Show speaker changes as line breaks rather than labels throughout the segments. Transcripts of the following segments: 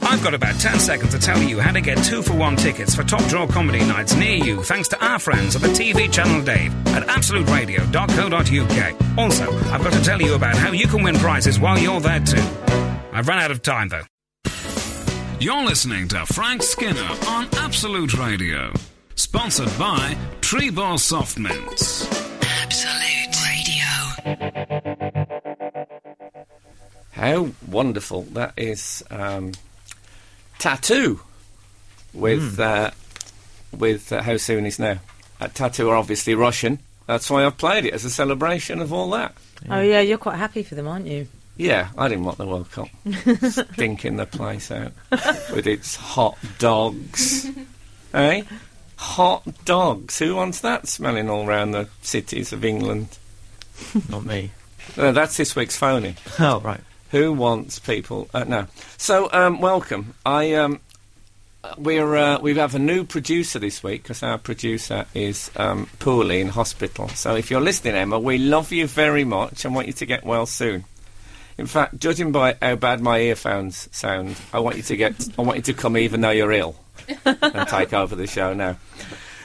I've got about 10 seconds to tell you how to get two for one tickets for top draw comedy nights near you thanks to our friends at the TV channel Dave at absoluteradio.co.uk. Also, I've got to tell you about how you can win prizes while you're there too. I've run out of time though. You're listening to Frank Skinner on Absolute Radio, sponsored by Tree Ball Soft Mints.
Absolute Radio.
How wonderful. That is um, Tattoo with uh, with uh, How Soon Is Now. Uh, tattoo are obviously Russian. That's why I've played it as a celebration of all that.
Oh yeah, you're quite happy for them, aren't you?
Yeah, I didn't want the World Cup stinking the place out with its hot dogs. eh? Hot dogs. Who wants that smelling all round the cities of England?
Not me.
Uh, that's this week's phoning.
Oh, right.
Who wants people? Uh, no. So, um, welcome. I um, we're uh, we have a new producer this week because our producer is um, poorly in hospital. So, if you're listening, Emma, we love you very much and want you to get well soon. In fact, judging by how bad my earphones sound, I want you to get I want you to come even though you're ill and take over the show now.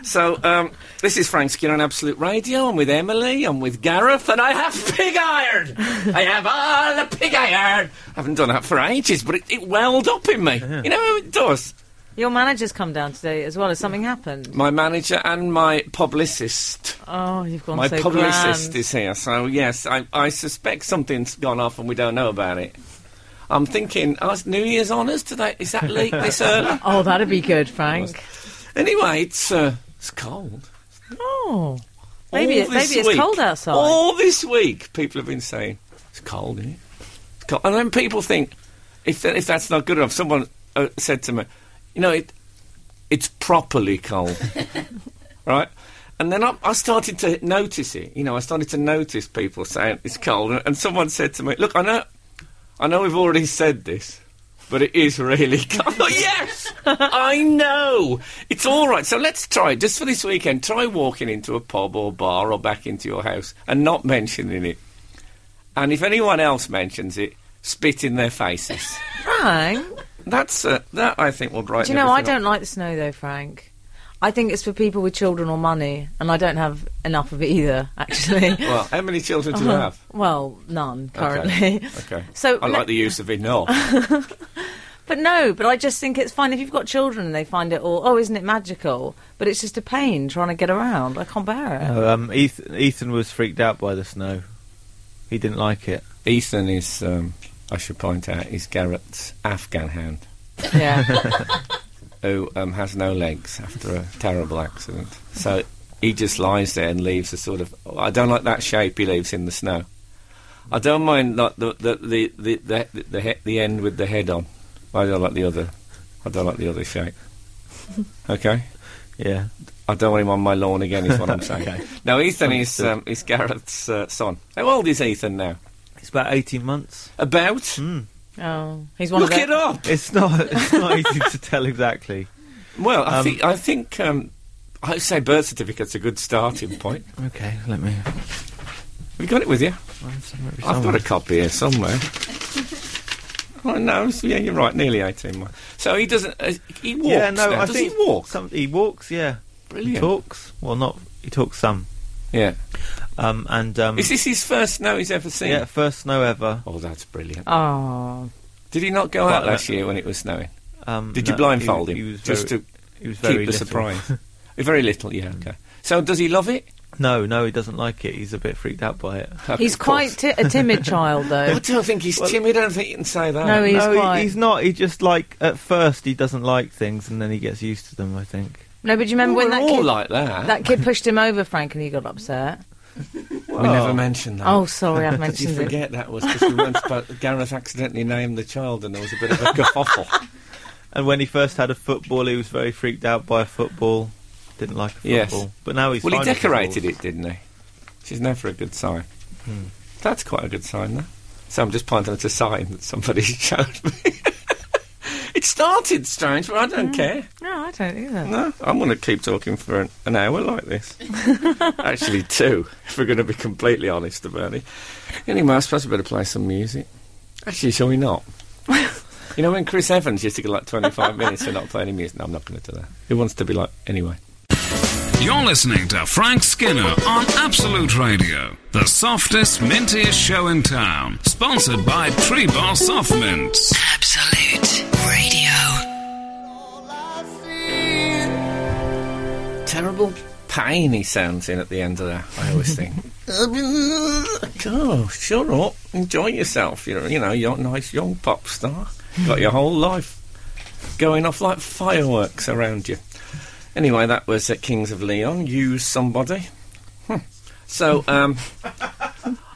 So, um, this is Frank Skinner on Absolute Radio. I'm with Emily, I'm with Gareth, and I have pig iron! I have all the pig iron! I haven't done that for ages, but it, it welled up in me. You know how it does?
Your manager's come down today as well. Has something happened?
My manager and my publicist.
Oh, you've gone
My
so
publicist
grand.
is here, so yes, I, I suspect something's gone off and we don't know about it. I'm thinking, oh, it's New Year's honours today. Is that leaked this early?
Oh, that'd be good, Frank.
Anyway, it's uh, it's cold.
Oh, maybe
All
it, maybe
this
it's
week-
cold outside.
All this week, people have been saying it's cold, isn't it? It's cold. And then people think if tha- if that's not good enough, someone uh, said to me, you know, it it's properly cold, right? And then I, I started to notice it. You know, I started to notice people saying it's cold, and, and someone said to me, "Look, I know, I know, we've already said this." But it is really cold. yes, I know. It's all right. So let's try it just for this weekend. Try walking into a pub or bar or back into your house and not mentioning it. And if anyone else mentions it, spit in their faces.
Frank,
That's uh, that I think will brighten.
do you know I
everything
don't like the snow though, Frank. I think it's for people with children or money, and I don't have enough of it either. Actually,
up. Well, how many children do you have?
well, none currently.
Okay. okay.
Uh-huh. So
I
le-
like the use of enough.
But no, but I just think it's fine if you've got children and they find it all. Oh, isn't it magical? But it's just a pain trying to get around. I can't bear it.
No, um, Eth- Ethan was freaked out by the snow. He didn't like it.
Ethan is, um, I should point out, is Garrett's Afghan hound
Yeah,
who um, has no legs after a terrible accident. So he just lies there and leaves a sort of. I don't like that shape he leaves in the snow. I don't mind like the the the the the, the, he- the end with the head on. I don't like the other. I don't like the other shape. Okay.
Yeah.
I don't want him on my lawn again, is what I'm saying. Now, Ethan is, um, is Gareth's uh, son. How old is Ethan now?
It's about 18 months.
About?
oh, he's one
Look
of
it
the.
up!
It's not, it's not easy to tell exactly.
Well, I
Um,
think, I think um, I'd say birth certificate's a good starting point.
Okay, let me.
Have you got it with you? I've got a
somewhere.
copy here somewhere. Oh no! it's- Yeah, you're right. Nearly eighteen months. So he doesn't. Uh, he walks.
Yeah, no,
now.
I
Does
think
he walk?
Some, he walks, yeah.
Brilliant.
He talks. Well, not. He talks some.
Yeah.
Um, and. Um,
Is this his first snow he's ever seen?
yeah, first snow ever.
Oh, that's brilliant.
Oh,
Did he not go
Well,
out last
no.
year when it was snowing?
Um,
Did
no,
you blindfold
he-
him
He was
just
very,
to
he was
keep
very
the
little.
surprise? Very little. Yeah. Okay. So does he love it?
no, no, he doesn't like it. He's a bit freaked out by it.
Of
he's
course.
quite ti- a timid child though.
I don't think he's timid. I don't think you can say that.
No, he- He's
no,
quite-
he's not. He just like at first he doesn't like things, and then he gets used to them. I think.
No, but do you remember
Well,
when that
Oh, we're all
kid,
like that.
that kid pushed him over, Frank, and he got upset?
we never mentioned that.
Oh, sorry, I've
Did you
mentioned it.
forget that was because we weren't supposed. Gareth accidentally named the child, and there was a bit of a kerfuffle.
And when he first had a football, he was very freaked out by a football. Didn't like a football.
Yes.
But now he's
Well, he
fine with
decorated
footballs.
it, didn't he? Which is never a good sign. That's quite a good sign, though. So I'm just pointing at a sign that somebody showed me. it started strange, but I don't care.
No, I don't either.
No, I'm going to keep talking for an, an hour like this. Actually, two, if we're going to be completely honest about it. Anyway, I suppose we better play some music. Actually, shall we not? You know when Chris Evans used to get like 25 minutes and not play any music? No, I'm not going to do that. Who wants to be like, anyway?
You're listening to Frank Skinner on Absolute Radio, the softest, mintiest show in town. Sponsored by Tree Bar Soft Mints.
Absolute Radio.
Terrible pain he sounds in at the end of that, I always think. oh, shut up. Enjoy yourself. You're, you know, you're a nice young pop star. Got your whole life going off like fireworks around you. Anyway, that was uh, Kings of Leon. Use somebody. Hmm. So, um,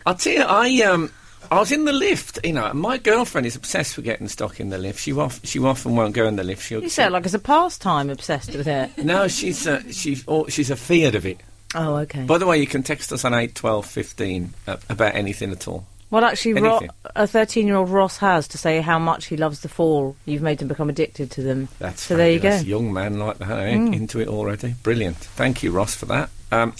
I'll tell you, I um, I was in the lift. You know, my girlfriend is obsessed with getting stuck in the lift. She off, she often won't go in the lift. She'll,
You sound like it's a pastime obsessed with it.
no, she's uh, she's oh, she's afeard of it.
Oh, okay.
By the way, you can text us on eight twelve fifteen uh, about anything at all.
well, actually, Ro-
anything.
a 13 year old Ross has to say how much he loves the fall. You've made him become addicted to them.
That's
so there you go. Mm.
fabulous. Young man like that, eh? into it already. Brilliant. Thank you, Ross, for that. Um,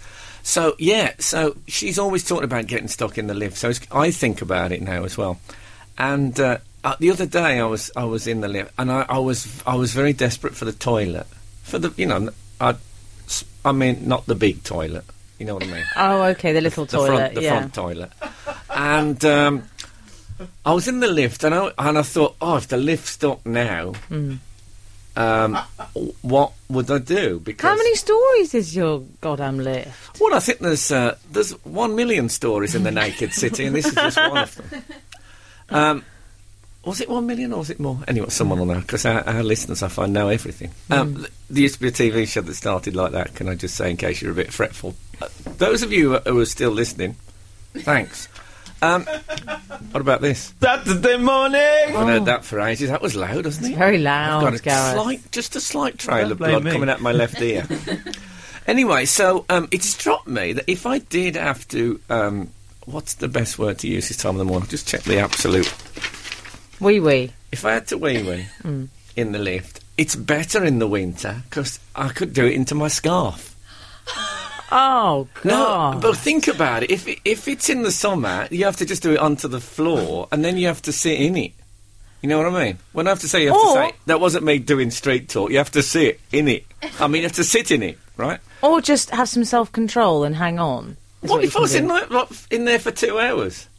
so yeah, so she's always talking about getting stuck in the lift. So it's, I think about it now as well. And uh, uh, the other day, I was I was in the lift, and I, I was I was very desperate for the toilet. For the you know, I I mean not the big toilet. You know what I mean?
Oh, okay, the little
the
toilet.
front, the
yeah.
front toilet. And um, I was in the lift, and I and I thought, oh, if the lift's stopped now,
Hmm.
um, w- what would I do? Because
How many stories is your goddamn lift?
Well, I think there's uh, there's one million stories in the naked city, and this is just one of them. Um, was it one million or was it more? Anyway, someone will know because our, our listeners, I find, know everything. Um, th- There used to be a TV show that started like that. Can I just say, in case you're a bit fretful, uh, those of you who are still listening, thanks. Um, what about this?
Saturday morning.
I've heard that for ages. That was loud, wasn't it?
Very
I've
loud,
got a
Gareth.
slight, just a slight trail
Don't
of
blame
blood
me.
coming out my left ear. anyway, so um, it struck me that if I did have to, um, what's the best word to use this time of the morning? Just check the absolute.
Wee wee.
If I had to wee wee in the lift, it's better in the winter because I could do it into my scarf.
Oh, God.
No, but think about it. If it, if it's in the summer, you have to just do it onto the floor, and then you have to sit in it. You know what I mean? When I have to say, you have
Or-
to say that wasn't me doing street talk. You have to sit in it. I mean, you have to sit in it, right?
Or just have some self control and hang on. is
What,
you
if I
can
was
do.
in, like, like, in there for two hours?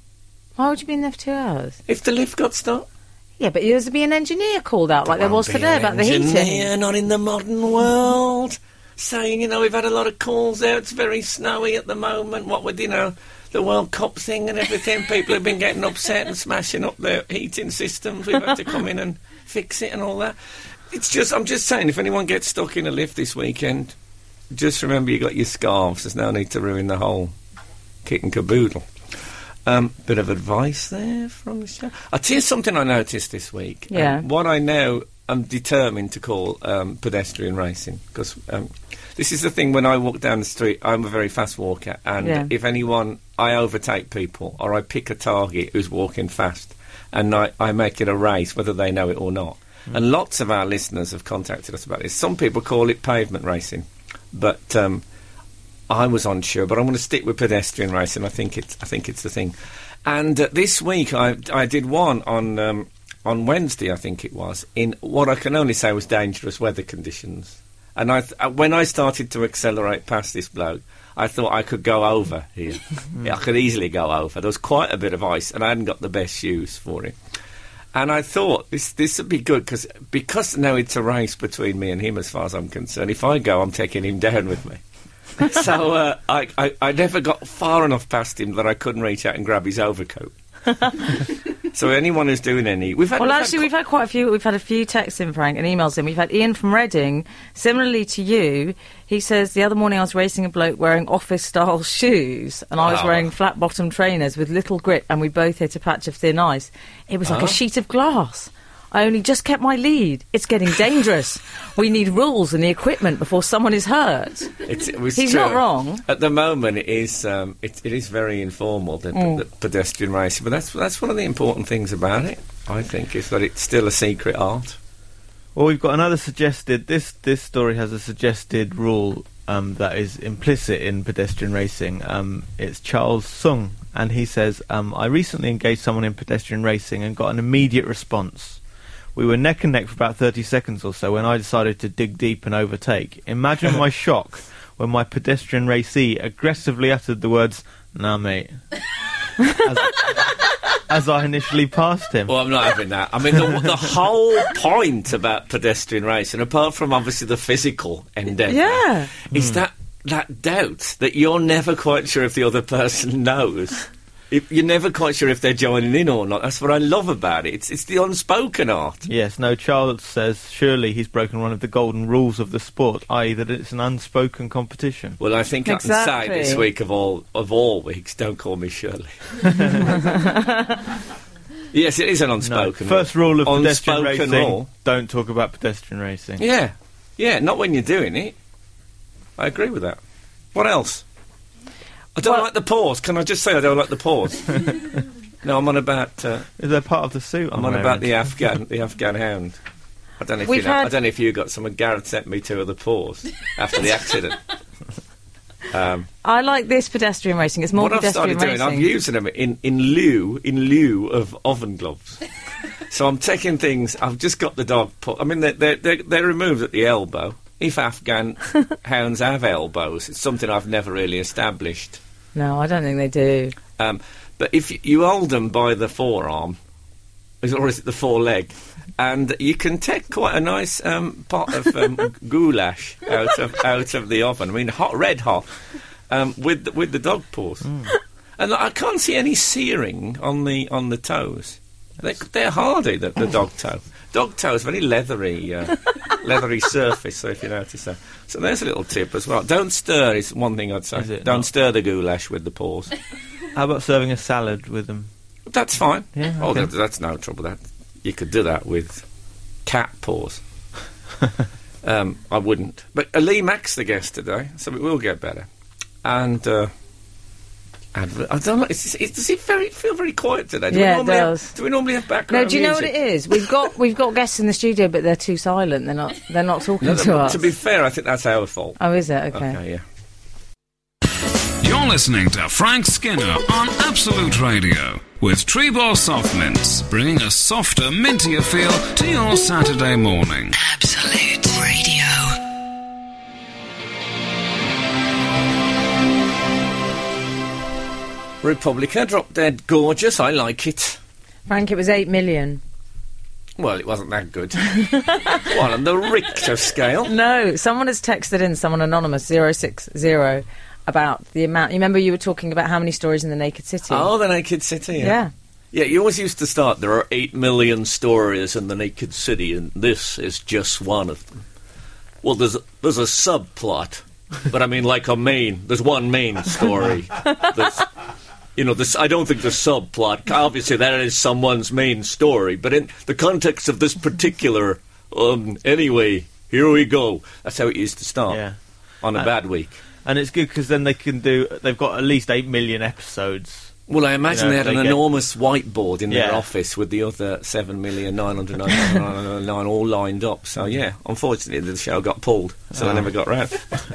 Why would you be in there for two hours?
If the lift got stuck,
Yeah, but there's to be an engineer called out, like there was
Won't be
today
an
about the heating.
engineer, Not in the modern world. Saying, you know, we've had a lot of calls out. It's very snowy at the moment. What with you know, the World Cup thing and everything. People have been getting upset and smashing up their heating systems. We've had to come in and fix it and all that. It's just, I'm just saying, if anyone gets stuck in a lift this weekend, just remember you got your scarves. There's no need to ruin the whole kit and caboodle. Um, bit of advice there from the show. I'll tell you something I noticed this week. Um,
Yeah.
what I now I'm determined to call um, pedestrian racing because um, this is the thing when I walk down the street, I'm a very fast walker. And
Yeah.
if anyone, I overtake people or I pick a target who's walking fast and I, I make it a race, whether they know it or not. And lots of our listeners have contacted us about this. Some people call it pavement racing, but um, I was unsure, but I'm going to stick with pedestrian racing. I think it's I think it's the thing. And uh, this week I I did one on um, on Wednesday I think it was in what I can only say was dangerous weather conditions. And I th- uh, when I started to accelerate past this bloke, I thought I could go over here. Yeah, I could easily go over. There was quite a bit of ice, and I hadn't got the best shoes for it. And I thought this this would be good because because now it's a race between me and him as far as I'm concerned. If I go, I'm taking him down with me so uh, I, I, I never got far enough past him that I couldn't reach out and grab his overcoat. so anyone who's doing any, we've had
Well,
we've had
actually,
co-
we've had quite a few. We've had a few texts in, Frank, and emails in. We've had Ian from Reading. Similarly to you, he says the other morning I was racing a bloke wearing office-style shoes, and I was
Oh.
wearing flat-bottom trainers with little grip, and we both hit a patch of thin ice. It was like
Ah.
a sheet of glass. I only just kept my lead. It's getting dangerous. we need rules and the equipment before someone is hurt.
It's, it was
He's
true.
not wrong.
At the moment, it is um, it, it is very informal the,
Mm.
the pedestrian racing, but that's that's one of the important things about it. I think is that it's still a secret art.
Well, we've got another suggested. This this story has a suggested rule um, that is implicit in pedestrian racing. Um, it's Charles Sung, and he says, um, "I recently engaged someone in pedestrian racing and got an immediate response, We were neck and neck for about 30 seconds or so when I decided to dig deep and overtake. Imagine my shock when my pedestrian racee aggressively uttered the words, nah, mate, as, as I initially passed him.
Well, I'm not having that. I mean, the, the whole point about pedestrian racing, apart from obviously the physical endeavour,
Yeah.
Hmm.
is that that doubt that you're never quite sure if the other person knows. If you're never quite sure if they're joining in or not. That's what I love about it. It's, it's the unspoken art.
Yes, no, Charles says surely he's broken one of the golden rules of the sport, i.e., that it's an unspoken competition.
Well, I think I can say this
Exactly.
week of all of all weeks, don't call me Shirley. yes, it is an
No.
unspoken.
First rule of pedestrian
unspoken
racing:
rule.
don't talk about pedestrian racing.
Yeah, yeah. Not when you're doing it. I agree with that. What else? I don't
Well-
like the pause. Can I just say I don't like the pause? no, I'm on about uh,
Is that part of the suit?
I'm on about the Afghan the Afghan hound. I don't know if
We've
you know, I
had-
don't know if you got someone. Gareth sent me two of the paws after the accident. Um,
I like this pedestrian racing. It's more
what I've
pedestrian
started doing, I'm
racing.
using them in, in lieu in lieu of oven gloves. so I'm taking things. I've just got the dog. Put, I mean, they're, they're, they're, they're removed at the elbow. If Afghan hounds have elbows, it's something I've never really established.
no, I don't think they do.
Um, but if y- you hold them by the forearm, is- or is it the foreleg? And you can take quite a nice um, pot of um, goulash out of out of the oven. I mean, hot, red hot, um, with the, with the dog paws.
Mm.
And I can't see any searing on the on the toes. They, they're hardy, the, the dog toe. Dog toe is very leathery, uh, leathery surface. So if you notice that, so there's a little tip as well. Don't stir is one thing I'd say.
Is it
Don't
not?
stir the goulash with the paws.
How about serving a salad with them?
That's fine.
Yeah,
oh,
okay.
that, that's no trouble. That you could do that with cat paws. um, I wouldn't. But uh, Lee Mack's the guest today, so it will get better. And uh, adver- I don't know. It's, it's, does it very feel very quiet today? Do
Yeah, it
we normally
does.
Have, do we normally have background?
No, do you know what
music?
it is? We've got we've got guests in the studio, but they're too silent. They're not they're not talking
No,
to us.
to be fair, I think that's our fault.
oh, is it okay?
okay yeah.
You're listening to Frank Skinner on Absolute Radio with Trebor Soft Mints, bringing a softer, mintier feel to your Saturday morning.
Absolute Radio.
Republica, drop dead, gorgeous. I like it.
Frank, it was eight million.
Well, it wasn't that good. well, on the Richter scale.
No, someone has texted in someone anonymous zero six zero about the amount. You remember you were talking about how many stories in the Naked City?
Oh, the Naked City.
yeah.
Yeah, you always used to start. There are eight million stories in the naked city, and this is just one of them. Well, there's there's a subplot, but I mean, like a main. There's one main story. that's, you know, this. I don't think the subplot. Obviously, that is someone's main story, but in the context of this particular. Um. Anyway, here we go. That's how it used to start.
Yeah.
On a
Uh,
bad week.
And it's good because then they can do. They've got at least eight million episodes.
Well, I imagine
You know,
they had
they
an
get-
enormous whiteboard in their
Yeah.
office with the other 7,999,999 all lined up. So, yeah, unfortunately, the show got pulled, so
Ah.
they never got round.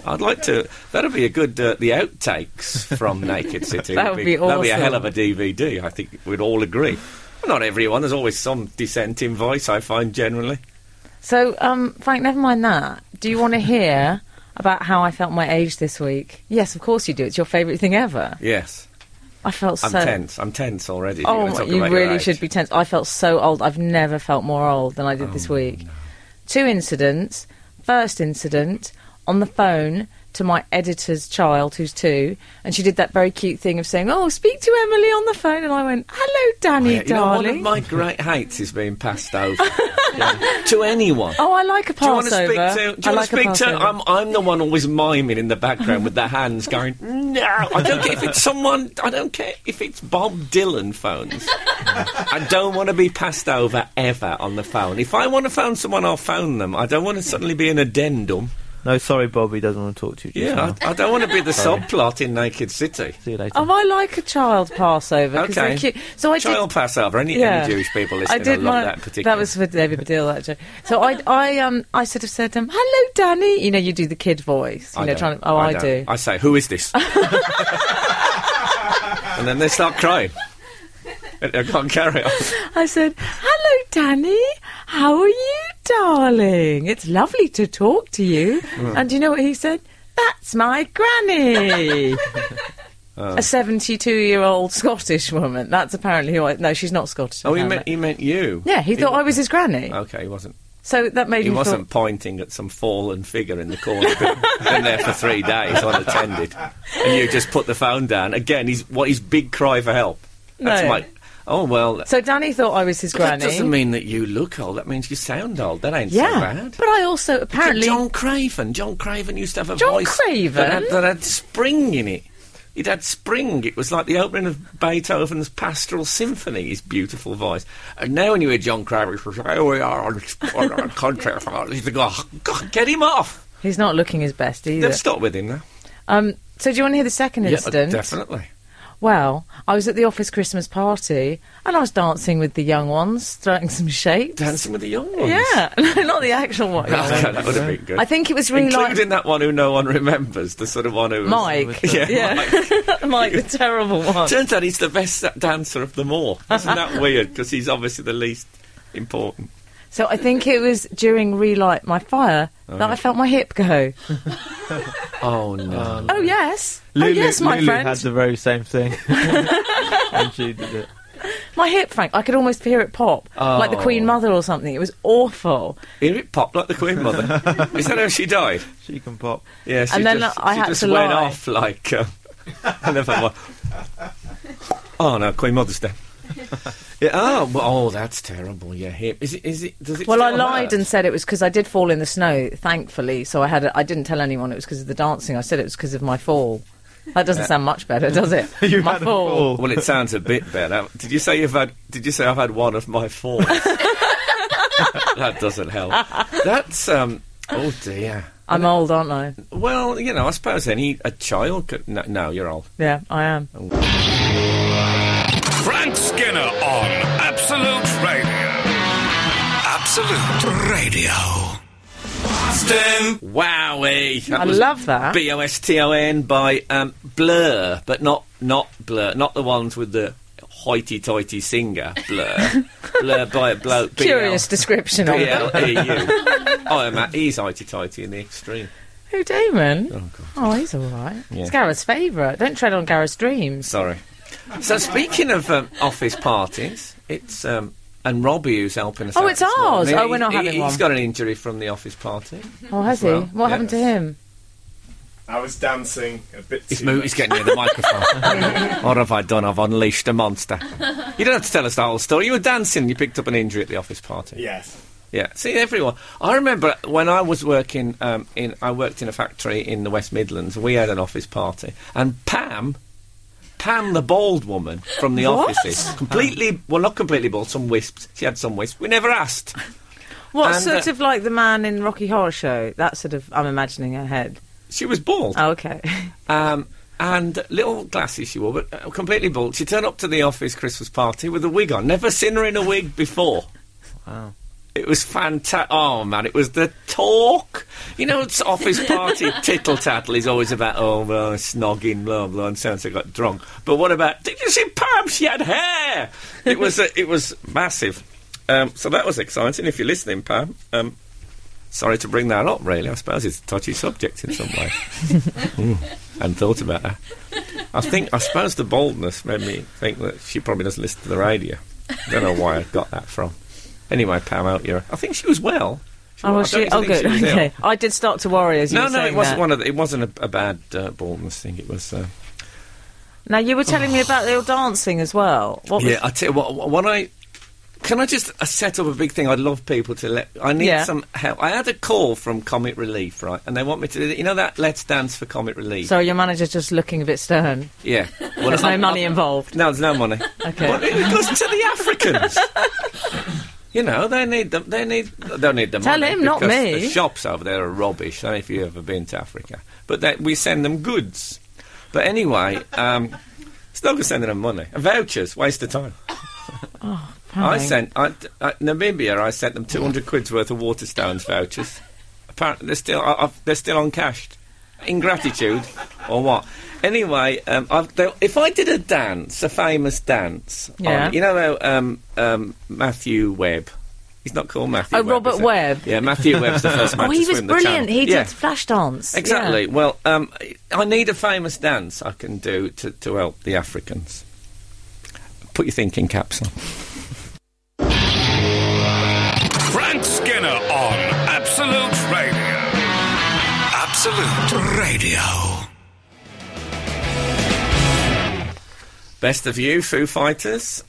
I'd like to. That'd be a good. Uh, the outtakes from Naked City.
That would be
That'd be a hell of
awesome.
a DVD, I think we'd all agree. Not everyone, there's always some dissenting voice, I find generally.
So, um, Frank, never mind that. Do you want to hear about how I felt my age this week? Yes, of course you do. It's your favourite thing ever.
Yes.
I felt
I'm
so.
tense. I'm tense already. if you're gonna
Oh,
talk
you
about your
really
age.
should be tense. I felt so old. I've never felt more old than I did
Oh,
this week. Two incidents. First incident on the phone to my editor's child, who's two, and she did that very cute thing of saying, "Oh, speak to Emily on the phone," and I went, "Hello, Danny,
Oh, Yeah, you know, one of
darling."
my great hates is being passed over Yeah. to anyone.
oh, I like a
Do you want to
Passover.
speak to? Do
I
you want to
like
um,
a
speak to?
Passover.
I'm, I'm the one always miming in the background with the hands going. No, I don't care if it's someone. I don't care if it's Bob Dylan phones. I don't want to be passed over ever on the phone. If I want to phone someone, I'll phone them. I don't want to suddenly be an addendum.
No, sorry, Bobby doesn't want to talk to you. just
Yeah,
now.
I, I don't want to be the subplot in Naked City.
See you later.
Oh, I like a child Passover. 'cause they're
Okay.
cute. So I
Child
did.
Passover. Any,
Yeah.
any Jewish people listening, I, love
my-
that particular.
That was for David Baddiel, actually. So I, I, um, I sort of said, um, "Hello, Danny." You know, you do the kid voice. You know,
don't.
trying to. Oh, I,
don't.
do.
I say, "Who is this?" and then they start crying. I can't carry on.
I said, Hello, Danny. How are you, darling? It's lovely to talk to you.
Mm.
And do you know what he said? That's my granny.
Oh.
A 72 year old Scottish woman. That's apparently who I. No, she's not Scottish.
Oh, he
apparently.
meant he meant you.
Yeah, he thought
wa-
I was his granny.
Okay, he wasn't.
so that made
He
me
wasn't pointing at some fallen figure in the corner. Been- Been there for three days, unattended, and you just put the phone down. Again, he's what his big cry for help. That's
No.
my. Oh well,
Thought, so Danny thought I was his
that
granny.
doesn't mean that you look old. That means you sound old. That ain't so
yeah.
bad.
but I also apparently.
John Craven. John Craven used to have a
John
voice
Craven?
That, had, that had spring in it. It had spring. It was like the opening of Beethoven's Pastoral Symphony. His beautiful voice. And now when you hear John Craven, it's like, "Oh, we are on a contract." He's like, "Oh, God, get him off."
He's not looking his best either.
They've stopped with him now.
Um, so do you want to hear the second incident?
uh, definitely.
Well, I was at the office Christmas party and I was dancing with the young ones, throwing some shapes.
Dancing with the young ones.
Yeah, not the actual one.
Okay, that would have been good.
I think it was really
Including
like
that one who no one remembers, the sort of one who was
Mike.
Yeah,
yeah. Mike, the terrible one.
Turns out he's the best dancer of them all. Isn't that weird? Because he's obviously the least important.
So I think it was during Relight My Fire that I felt my hip go.
Oh no!
Oh, yes.
Lulu,
oh, yes, my
Lulu
friend.
had the very same thing. and she did it.
My hip, Frank. I could almost hear it pop. Like the
Oh.
Queen Mother or something. It was awful.
Here it popped like the Queen Mother. Is that how she died?
She can pop.
Yeah, she
And then
just,
I
she
had
just
to
went
lie.
off like. Uh, I never mind. Oh no, Queen Mother's dead. Yeah, oh, well, oh, that's terrible. Yeah, hip. Is it? Is it? Does it?
Well, I
still
lied
hurt?
and said it was because I did fall in the snow, thankfully. So I had a, I didn't tell anyone it was because of the dancing. I said it was because of my fall. That doesn't sound much better, does it?
You
my
had a fall.
Well, it sounds a bit better. Did you say you've had? Did you say I've had one of my falls? that doesn't help. That's um. Oh dear.
I'm old, aren't I?
Well, you know, I suppose any a child could. No, no you're old.
Yeah, I am.
Oh,
Frank Skinner on Absolute Radio. Absolute Radio.
Wowie! That
I
was
love that.
B O S T O N by um, Blur, but not not Blur, not the ones with the hoity-toity singer. Blur, Blur by a bloke. B L-
Curious description of
B
it.
L E U. Oh, Matt, he's hoity-toity in the extreme.
Who, Damon? Oh, he's all right. It's Gareth's favourite. Don't tread on Gareth's dreams.
Sorry. So speaking of um, office parties, it's um, and Robbie who's helping us.
Oh,
out
it's
this
ours.
morning.
Oh, we're not
he,
having
he, He's
one.
got an injury from the office party.
Oh, has he?
Well,
what happened to
yes.
him?
I was dancing a bit
He's,
too
mo-
much.
he's getting near the microphone. what have I done? I've unleashed a monster. You don't have to tell us the whole story. You were dancing. You picked up an injury at the office party.
Yes.
Yeah. See, everyone. I remember when I was working um, in. I worked in a factory in the West Midlands. We had an office party, and Pam. Pam, the bald woman from the
What?
offices, completely well, not completely bald, some wisps. She had some wisps. We never asked.
What
And,
sort
uh,
of like the man in Rocky Horror Show? That sort of. I'm imagining her head.
She was bald.
Oh, okay.
Um, and little glasses she wore, but uh, completely bald. She turned up to the office Christmas party with a wig on. Never seen her in a wig before.
Wow.
It was fantastic. Oh man, it was the talk. You know, it's office party tittle tattle is always about oh well, snogging, blah blah, and sounds like I got drunk. But what about? Did you see Pam? She had hair. It was uh, it was massive. Um, so that was exciting. If you're listening, Pam. Um, Sorry to bring that up, really. I suppose it's a touchy subject in some way. Mm, Hadn't thought about that. I think, I suppose the boldness made me think that she probably doesn't listen to the radio. I don't know why I got that from. Anyway, Pam, out you. I think she was well. She
oh, well,
was- I
she,
don't
oh,
think
good.
she was ill.
okay. I did start to worry as you
No,
were
no,
saying
it wasn't
that.
one of the, it wasn't a, a bad uh, baldness thing. It was. Uh,
Now you were telling me about your dancing as well. What was-
yeah, I tell you what. wh- When I can I just uh, set up a big thing? I'd love people to let. I need
Yeah.
some help. I had a call from Comic Relief, right? And they want me to. You know that Let's Dance for Comic Relief.
Sorry, your manager's just looking a bit stern.
yeah. Well,
There's no
I'm-
money
I'm-
involved.
No, there's no money.
Okay.
Well, it goes to the Africans. You know they need them. They need. They don't need the
Tell
money
him, not
because
me.
The shops over there are rubbish. I don't know if you've ever been to Africa, but they, we send them goods. But anyway, um, it's not good sending them money. Vouchers, waste of time. I
Pang.
sent I, I, Namibia. I sent them two hundred quid's worth of Waterstones vouchers. Apparently, they're still I, I've, they're still uncashed. Ingratitude, or what? Anyway, um, I've, they- if I did a dance, a famous dance, on-
Yeah.
you know, how, um, um, Matthew Webb. He's not called Matthew.
Oh,
Webb,
Robert
is he?
Webb.
Yeah, Matthew Webb's the first man
Oh,
to
he was
swim the
brilliant.
channel.
He
Yeah.
did flash dance.
Exactly.
Yeah.
Well, um, I need a famous dance I can do to, to help the Africans. Put your thinking caps on.
Frank Skinner on Absolute Radio. Absolute Radio.
Best of You, Foo Fighters.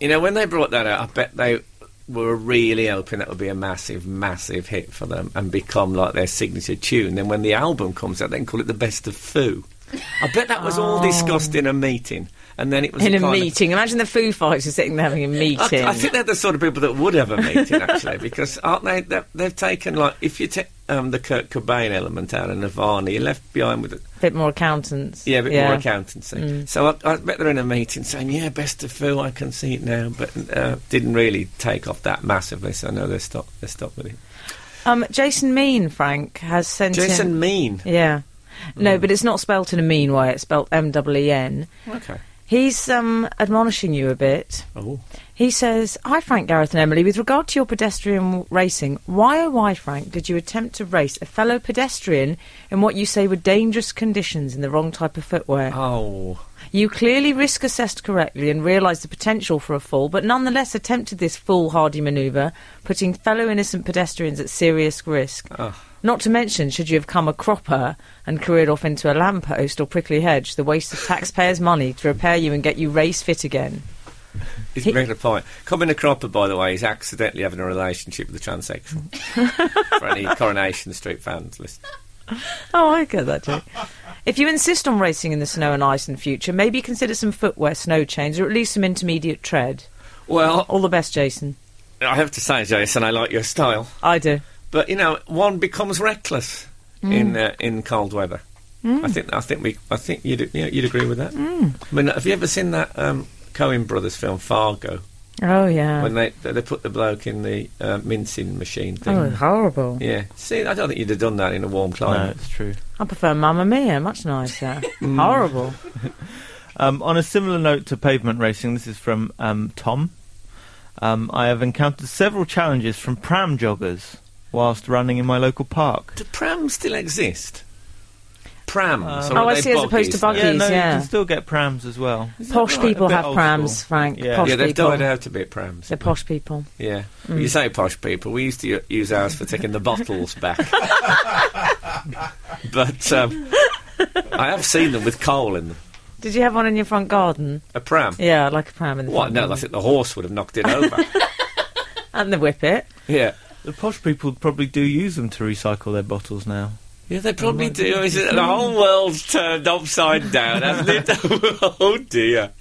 You know, when they brought that out, I bet they were really hoping that would be a massive, massive hit for them and become like their signature tune. Then when the album comes out, they can call it the Best of Foo. I bet that was all discussed in a meeting, and then it was
Oh. In a
kind of-
meeting. Imagine the Foo Fighters sitting there having a
I,
meeting.
I think they're the sort of people that would have a meeting actually, because aren't they? They've, they've taken like if you take um, the Kurt Cobain element out of Nirvana, you're left behind with a
bit more accountants.
yeah, a bit more accountancy. So I, I bet they're in a meeting saying, "Yeah, best of Phil, I can see it now," but uh, didn't really take off that massively. So no, they stopped. They stopped with it.
Um, Jason Mean, Frank, has sent in-
Jason Mean. Hmm.
Yeah. No, but it's not spelt in a mean way. It's spelt M W E N.
Okay.
He's um, admonishing you a bit.
Oh.
He says, Hi, Frank, Gareth, and Emily. With regard to your pedestrian w- racing, why, oh, why, Frank, did you attempt to race a fellow pedestrian in what you say were dangerous conditions in the wrong type of footwear?
Oh.
You clearly risk assessed correctly and realised the potential for a fall, but nonetheless attempted this foolhardy manoeuvre, putting fellow innocent pedestrians at serious risk. Not to mention, should you have come a cropper and careered off into a lamppost or prickly hedge, the waste of taxpayers' money to repair you and get you race fit again.
He's
He-
making a point. Common Cropper, by the way, is accidentally having a relationship with a transsexual. For any Coronation Street fans listening.
Oh, I get that joke. If you insist on racing in the snow and ice in future, maybe consider some footwear, snow chains, or at least some intermediate tread.
Well,
All the best, Jason.
I have to say, Jason, I like your style,
I do.
but you know, one becomes reckless in
Mm.
uh, in cold weather. I think I think we I think you'd yeah, you'd agree with that.
Mm.
I mean, have you ever seen that um, Cohen brothers film Fargo
Oh, yeah.
when they they put the bloke in the uh, mincing machine thing?
oh, horrible.
Yeah, see, I don't think you'd have done that in a warm
No,
climate.
it's true.
I prefer Mamma Mia, much nicer.
Mm.
Horrible.
Um, on a similar note to pavement racing, this is from um, Tom. Um, I have encountered several challenges from pram joggers whilst running in my local park.
Do prams still exist? Prams? or
Oh,
are
I
they
see, as opposed to
buggies now?
buggy-
yeah, no,
yeah.
you can still get prams as well.
Posh
right?
people
A bit
have
old
prams,
school.
Frank.
Yeah. eh?
Posh
Yeah, they've
people.
died out a bit, prams.
They're posh people.
Yeah.
Mm.
You say posh people. We used to u- use ours for taking the bottles back. but um, I have seen them with coal in them.
Did you have one in your front garden?
A pram.
Yeah, like a pram in the
What?
front
No, I
garden.
think the horse would have knocked it over.
And the whippet.
yeah.
The posh people probably do use them to recycle their bottles now.
Yeah, they
Oh,
probably do. Is it, the whole world's turned upside down, hasn't it? oh, dear.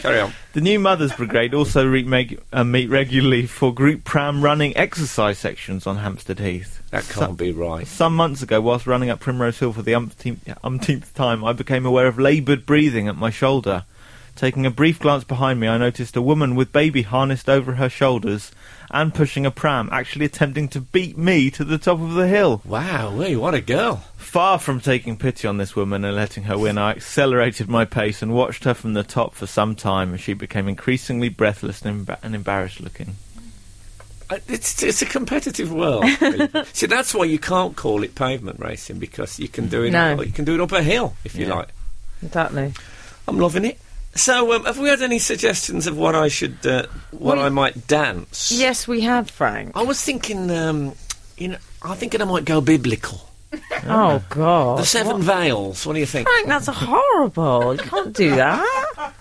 Carry on.
The new Mothers Brigade also re- meg- uh, meet regularly for group pram running exercise sections on Hampstead Heath.
That can't be right.
Some months ago, whilst running up Primrose Hill for the umpteenth, umpteenth time, I became aware of laboured breathing at my shoulder. Taking a brief glance behind me, I noticed a woman with baby harnessed over her shoulders and pushing a pram, actually attempting to beat me to the top of the hill.
Wow, wee, what a girl.
Far from taking pity on this woman and letting her win, I accelerated my pace and watched her from the top for some time as she became increasingly breathless and, emba- and embarrassed looking.
Uh, It's it's a competitive world. really. See, that's why you can't call it pavement racing because you can do it.
No.
you can do it up a hill if you
Yeah.
like.
Exactly.
I'm loving it. So, um, have we had any suggestions of what I should, uh, what
Well,
I might dance?
Yes, we have, Frank.
I was thinking, um, you know, I'm thinking I might go biblical.
Oh, God.
The Seven Veils. What do you think?
Frank, that's horrible. You can't do that.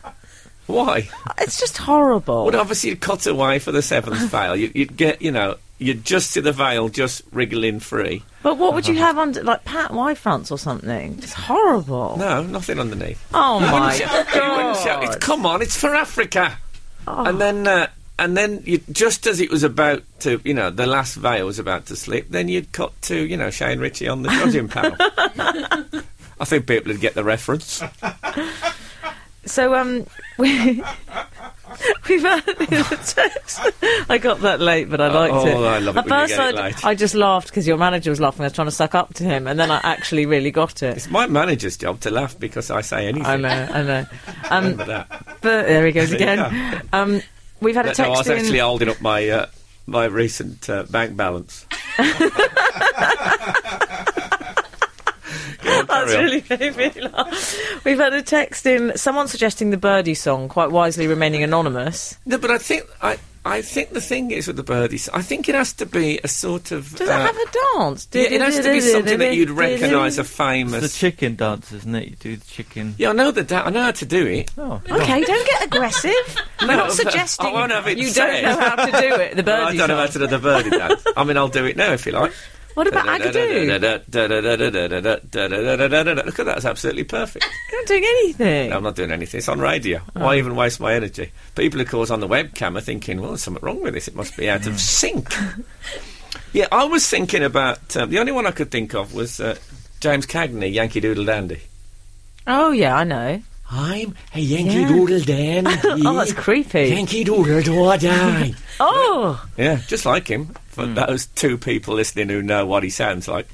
Why?
It's just horrible.
Well, obviously you'd cut away for the seventh veil. You, you'd get, you know, you'd just see the veil just wriggling free.
but what would you have under, like, Pat Wyfrance or something? It's horrible.
No, nothing underneath.
Oh, my
You wouldn't shout,
God. Oh.
it's, come on, it's for Africa. And then, uh, and then you, just as it was about to, you know, the last veil was about to slip, then you'd cut to, you know, Shane Ritchie on the judging panel. I think people would get the reference.
So, um, we, We've had the text. I got that late, but I liked
oh,
it.
I love it
At
when you
first,
get it
I'd-
late.
I just laughed because your manager was laughing. I was trying to suck up to him, and then I actually really got it.
It's my manager's job to laugh because I say anything.
I know, I know. Um,
Remember that?
but there he goes
There you
again. Um, we've had a
But
text
no, I was
in.
actually holding up my uh, my recent uh, bank balance. Go on,
That's
carry on.
really made me laugh. We've had a text in. Someone suggesting the Birdie song, quite wisely remaining anonymous.
No, but I think I. I think the thing is with the birdies, I think it has to be a sort of.
Does
uh,
it have a dance?
yeah, it has to be something that you'd recognise a famous.
It's the chicken dance, isn't it? You do the chicken.
yeah, I know the da- I know how to do it.
Oh.
Okay, don't get aggressive. We're
No,
not
but
suggesting
I won't have it
you
said.
don't know how to do it. The
No, I
birdie
don't know how
song.
to do the birdie dance. I mean, I'll do it now if you like.
What about Agadoo?
Look at that, it's absolutely perfect.
You're not doing anything.
No, I'm not doing anything. It's on radio.
Oh.
Why even waste my energy? People, of course, on the webcam are thinking, well, there's something wrong with this. It must be out of sync. yeah, I was thinking about. Um, the only one I could think of was uh, James Cagney, Yankee Doodle Dandy.
Oh yeah, I know.
I'm a Yankee
Yeah.
Doodle Dandy.
Oh, that's creepy.
Yankee Doodle Dandy.
Oh,
yeah, just like him. For
Hmm.
those two people listening who know what he sounds like.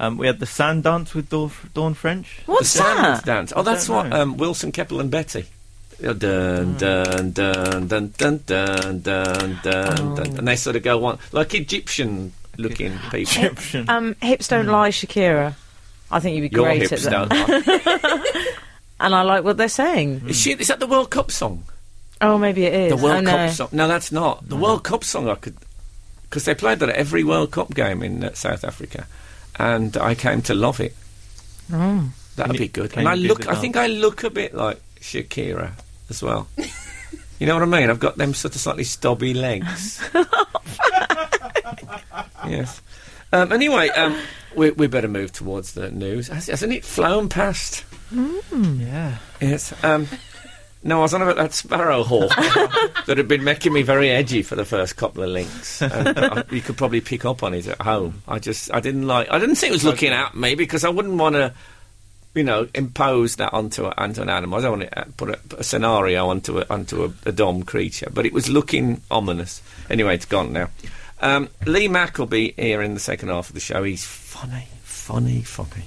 Um, we had the sand dance with Dawn, Dawn French.
what's
the sand
that?
dance. Oh, that's
don't
what
know.
um, Wilson, Keppel, and Betty. Uh,
Hmm.
Dun, dun, dun, dun, dun, dun, dun, dun,
Oh.
dun. And they sort of go on like Egyptian looking people.
Egyptian.
Um, hips don't lie, Shakira. I think you'd be
Your
great
hips
at
don't
that.
lie.
And I like what they're saying.
Is, she, is that the World Cup song?
Oh, maybe it is.
The World
oh, no.
Cup song? No, that's not. The World Cup song I could. Because they played that at every World Cup game in uh, South Africa. And I came to love it.
Oh.
That'd
Can
be
you-
good.
can
And
you
I
do
look.
the
I think I look a bit like Shakira as well. you know what I mean? I've got them sort of slightly stubby legs. yes. Um, anyway, um, we, we better move towards the news. Has, hasn't it flown past?
Hmm.
yeah.
Yes. Um, no, I was on about that sparrow hawk that had been making me very edgy for the first couple of links. And I, you could probably pick up on it at home. I just, I didn't like, I didn't think it was looking at me because I wouldn't want to, you know, impose that onto, a, onto an animal. I don't want to put a, put a scenario onto a, onto a, a dom creature, but it was looking ominous. Anyway, it's gone now. Um, Lee Mack will be here in the second half of the show. He's funny, funny, funny.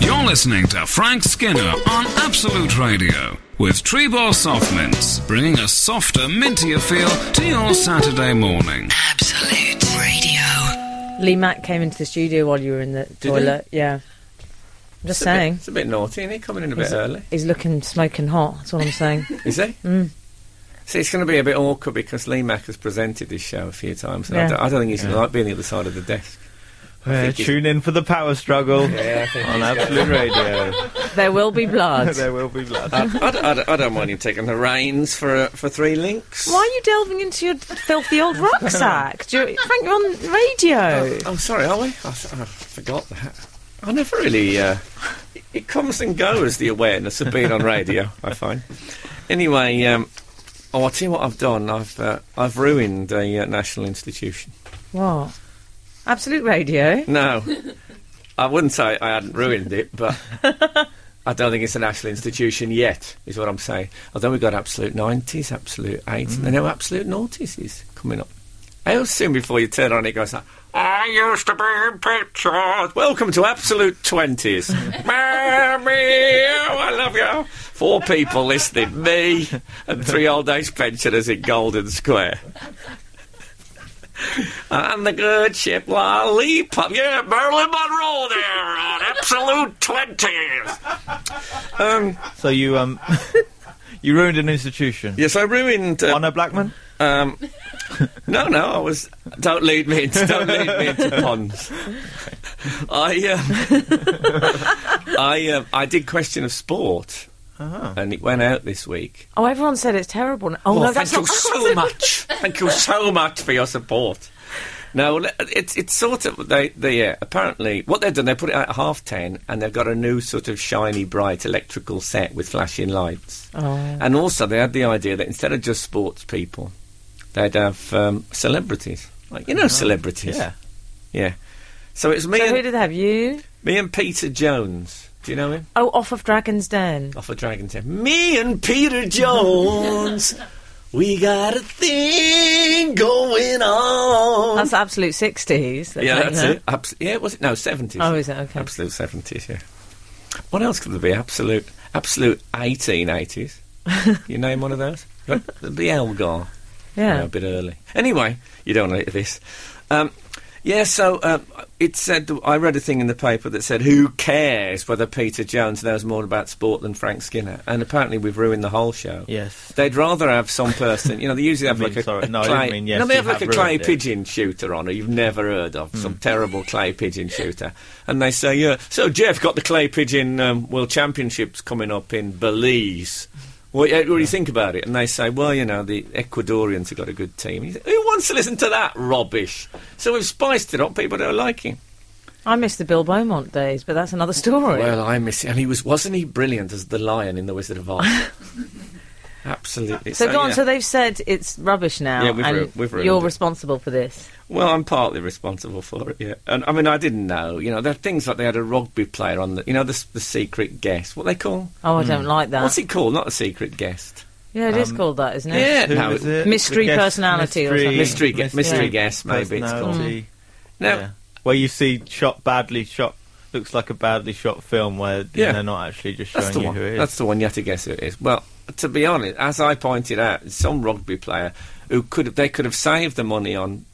You're listening to Frank Skinner on Absolute Radio with Treebor Soft Mints, bringing a softer, mintier feel to your Saturday morning.
Absolute Radio.
Lee Mack came into the studio while you were in the
he?
toilet. Yeah. I'm
It's
just
a bit-
saying.
it's a bit naughty, isn't he? Coming in a bit
He's-
early.
He's looking smoking hot. That's all I'm saying.
Is he?
Mm.
See, it's going to be a bit awkward because Lee Mack has presented this show a few times, and I,
Yeah.
don't, I don't think he's going to like being the other side of the desk.
Uh,
think he's-
tune in for the power struggle
Yeah, I think
on Absolute Radio.
there will be blood.
there will be blood.
I, d- I d- I don't mind him taking the reins for uh, for three links.
Why are you delving into your filthy old rucksack? Do you, Frank, you're on radio.
Oh, sorry, are we? I, th- I forgot that. I never really. Uh, it, it comes and goes the awareness of being on radio. I find. Anyway, um, oh, I'll tell you what I've done. I've uh, I've ruined a uh, national institution.
What? Absolute radio.
No, I wouldn't say I hadn't ruined it, but I don't think it's a national institution yet, is what I'm saying. Although we've got absolute 90s, absolute 80s, and now absolute noughties is coming up. How soon before you turn on it goes, like, I used to be in pictures. Welcome to Absolute 20s. Mammy, oh, I love you. Four people listening, me and three old age pensioners in Golden Square. And the good ship lollipop. Yeah, Marilyn Monroe there on Absolute 20s. Um,
So you um, you ruined an institution.
yes, I ruined. Uh,
Honor Blackman.
um, no, no, I was. Don't lead me into. Don't lead me into puns. I. Um, I. Um, I did question of sport,
Uh-huh.
and it went out this week.
Oh, everyone said it's terrible. Oh,
Well,
no, that's
thank
not.
you so much. Thank you so much for your support. Now it's it's sort of they they uh, apparently what they've done they put it out at half ten and they've got a new sort of shiny bright electrical set with flashing lights
Oh.
and also they had the idea that instead of just sports people they'd have um, celebrities like you know celebrities
Yeah.
yeah so it's me
Uh-huh. So
and
who did they have? You?
Me and Peter Jones. Do you know him?
Oh, off of Dragon's Den.
Off of Dragon's Head. Me and Peter Jones. we got a thing going on.
That's absolute 60s. that
yeah,
thing,
that's
huh?
it. Abs- yeah, was it? No, 70s.
Oh, is it? Okay.
Absolute 70s, yeah. What else could there be? Absolute absolute 1880s. you name one of those? Right? There'd be Elgar.
Yeah.
You know, a bit early. Anyway, you don't want to this. Um, yeah, so um, it said I read a thing in the paper that said, "Who cares whether Peter Jones knows more about sport than Frank Skinner?" And apparently, we've ruined the whole show.
Yes.
They'd rather have some person, you know, they usually
I
have
mean,
like a,
sorry,
a
no, I
clay.
didn't mean yes,
no, they
you
have like
have
a clay
ruined it. Hmm.
pigeon shooter on, who you've never heard of, some terrible clay pigeon shooter, and they say, "Yeah, so Jeff got the clay pigeon um, world championships coming up in Belize." What, what
Hmm.
do you think about it? And they say, well, you know, the Ecuadorians have got a good team. You say, Who wants to listen to that rubbish? So we've spiced it up. People don't like him.
I miss the Bill Beaumont days, but that's another story.
Well, I miss him. And he was, wasn't he brilliant as the lion in The Wizard of Oz? Absolutely.
so, go on.
yeah.
So they've said it's rubbish now,
Yeah, we've
and
ru- we've ruined
you're
it.
responsible for this.
Well, I'm partly responsible for it, yeah. And I mean, I didn't know. You know, there are things like they had a rugby player on the, you know, the, s- the secret guest. What they call?
Oh, I don't like
Ah.
that.
What's it called? Not a secret guest.
Yeah, it is
Um,
called that, isn't it?
Yeah,
Who
no.
is it?
Mystery
The guest-
personality or something.
Mystery gue- mystery
Yeah.
guest, maybe it's called. Mm.
Personality,
No,
yeah. Where you see shot badly shot looks like a badly shot film where
Yeah.
yeah. they're not actually just
that's the
showing you
one.
who it is.
That's the one. You have to guess who it is. Well, to be honest, as I pointed out, some rugby player who could have, they could have saved the money on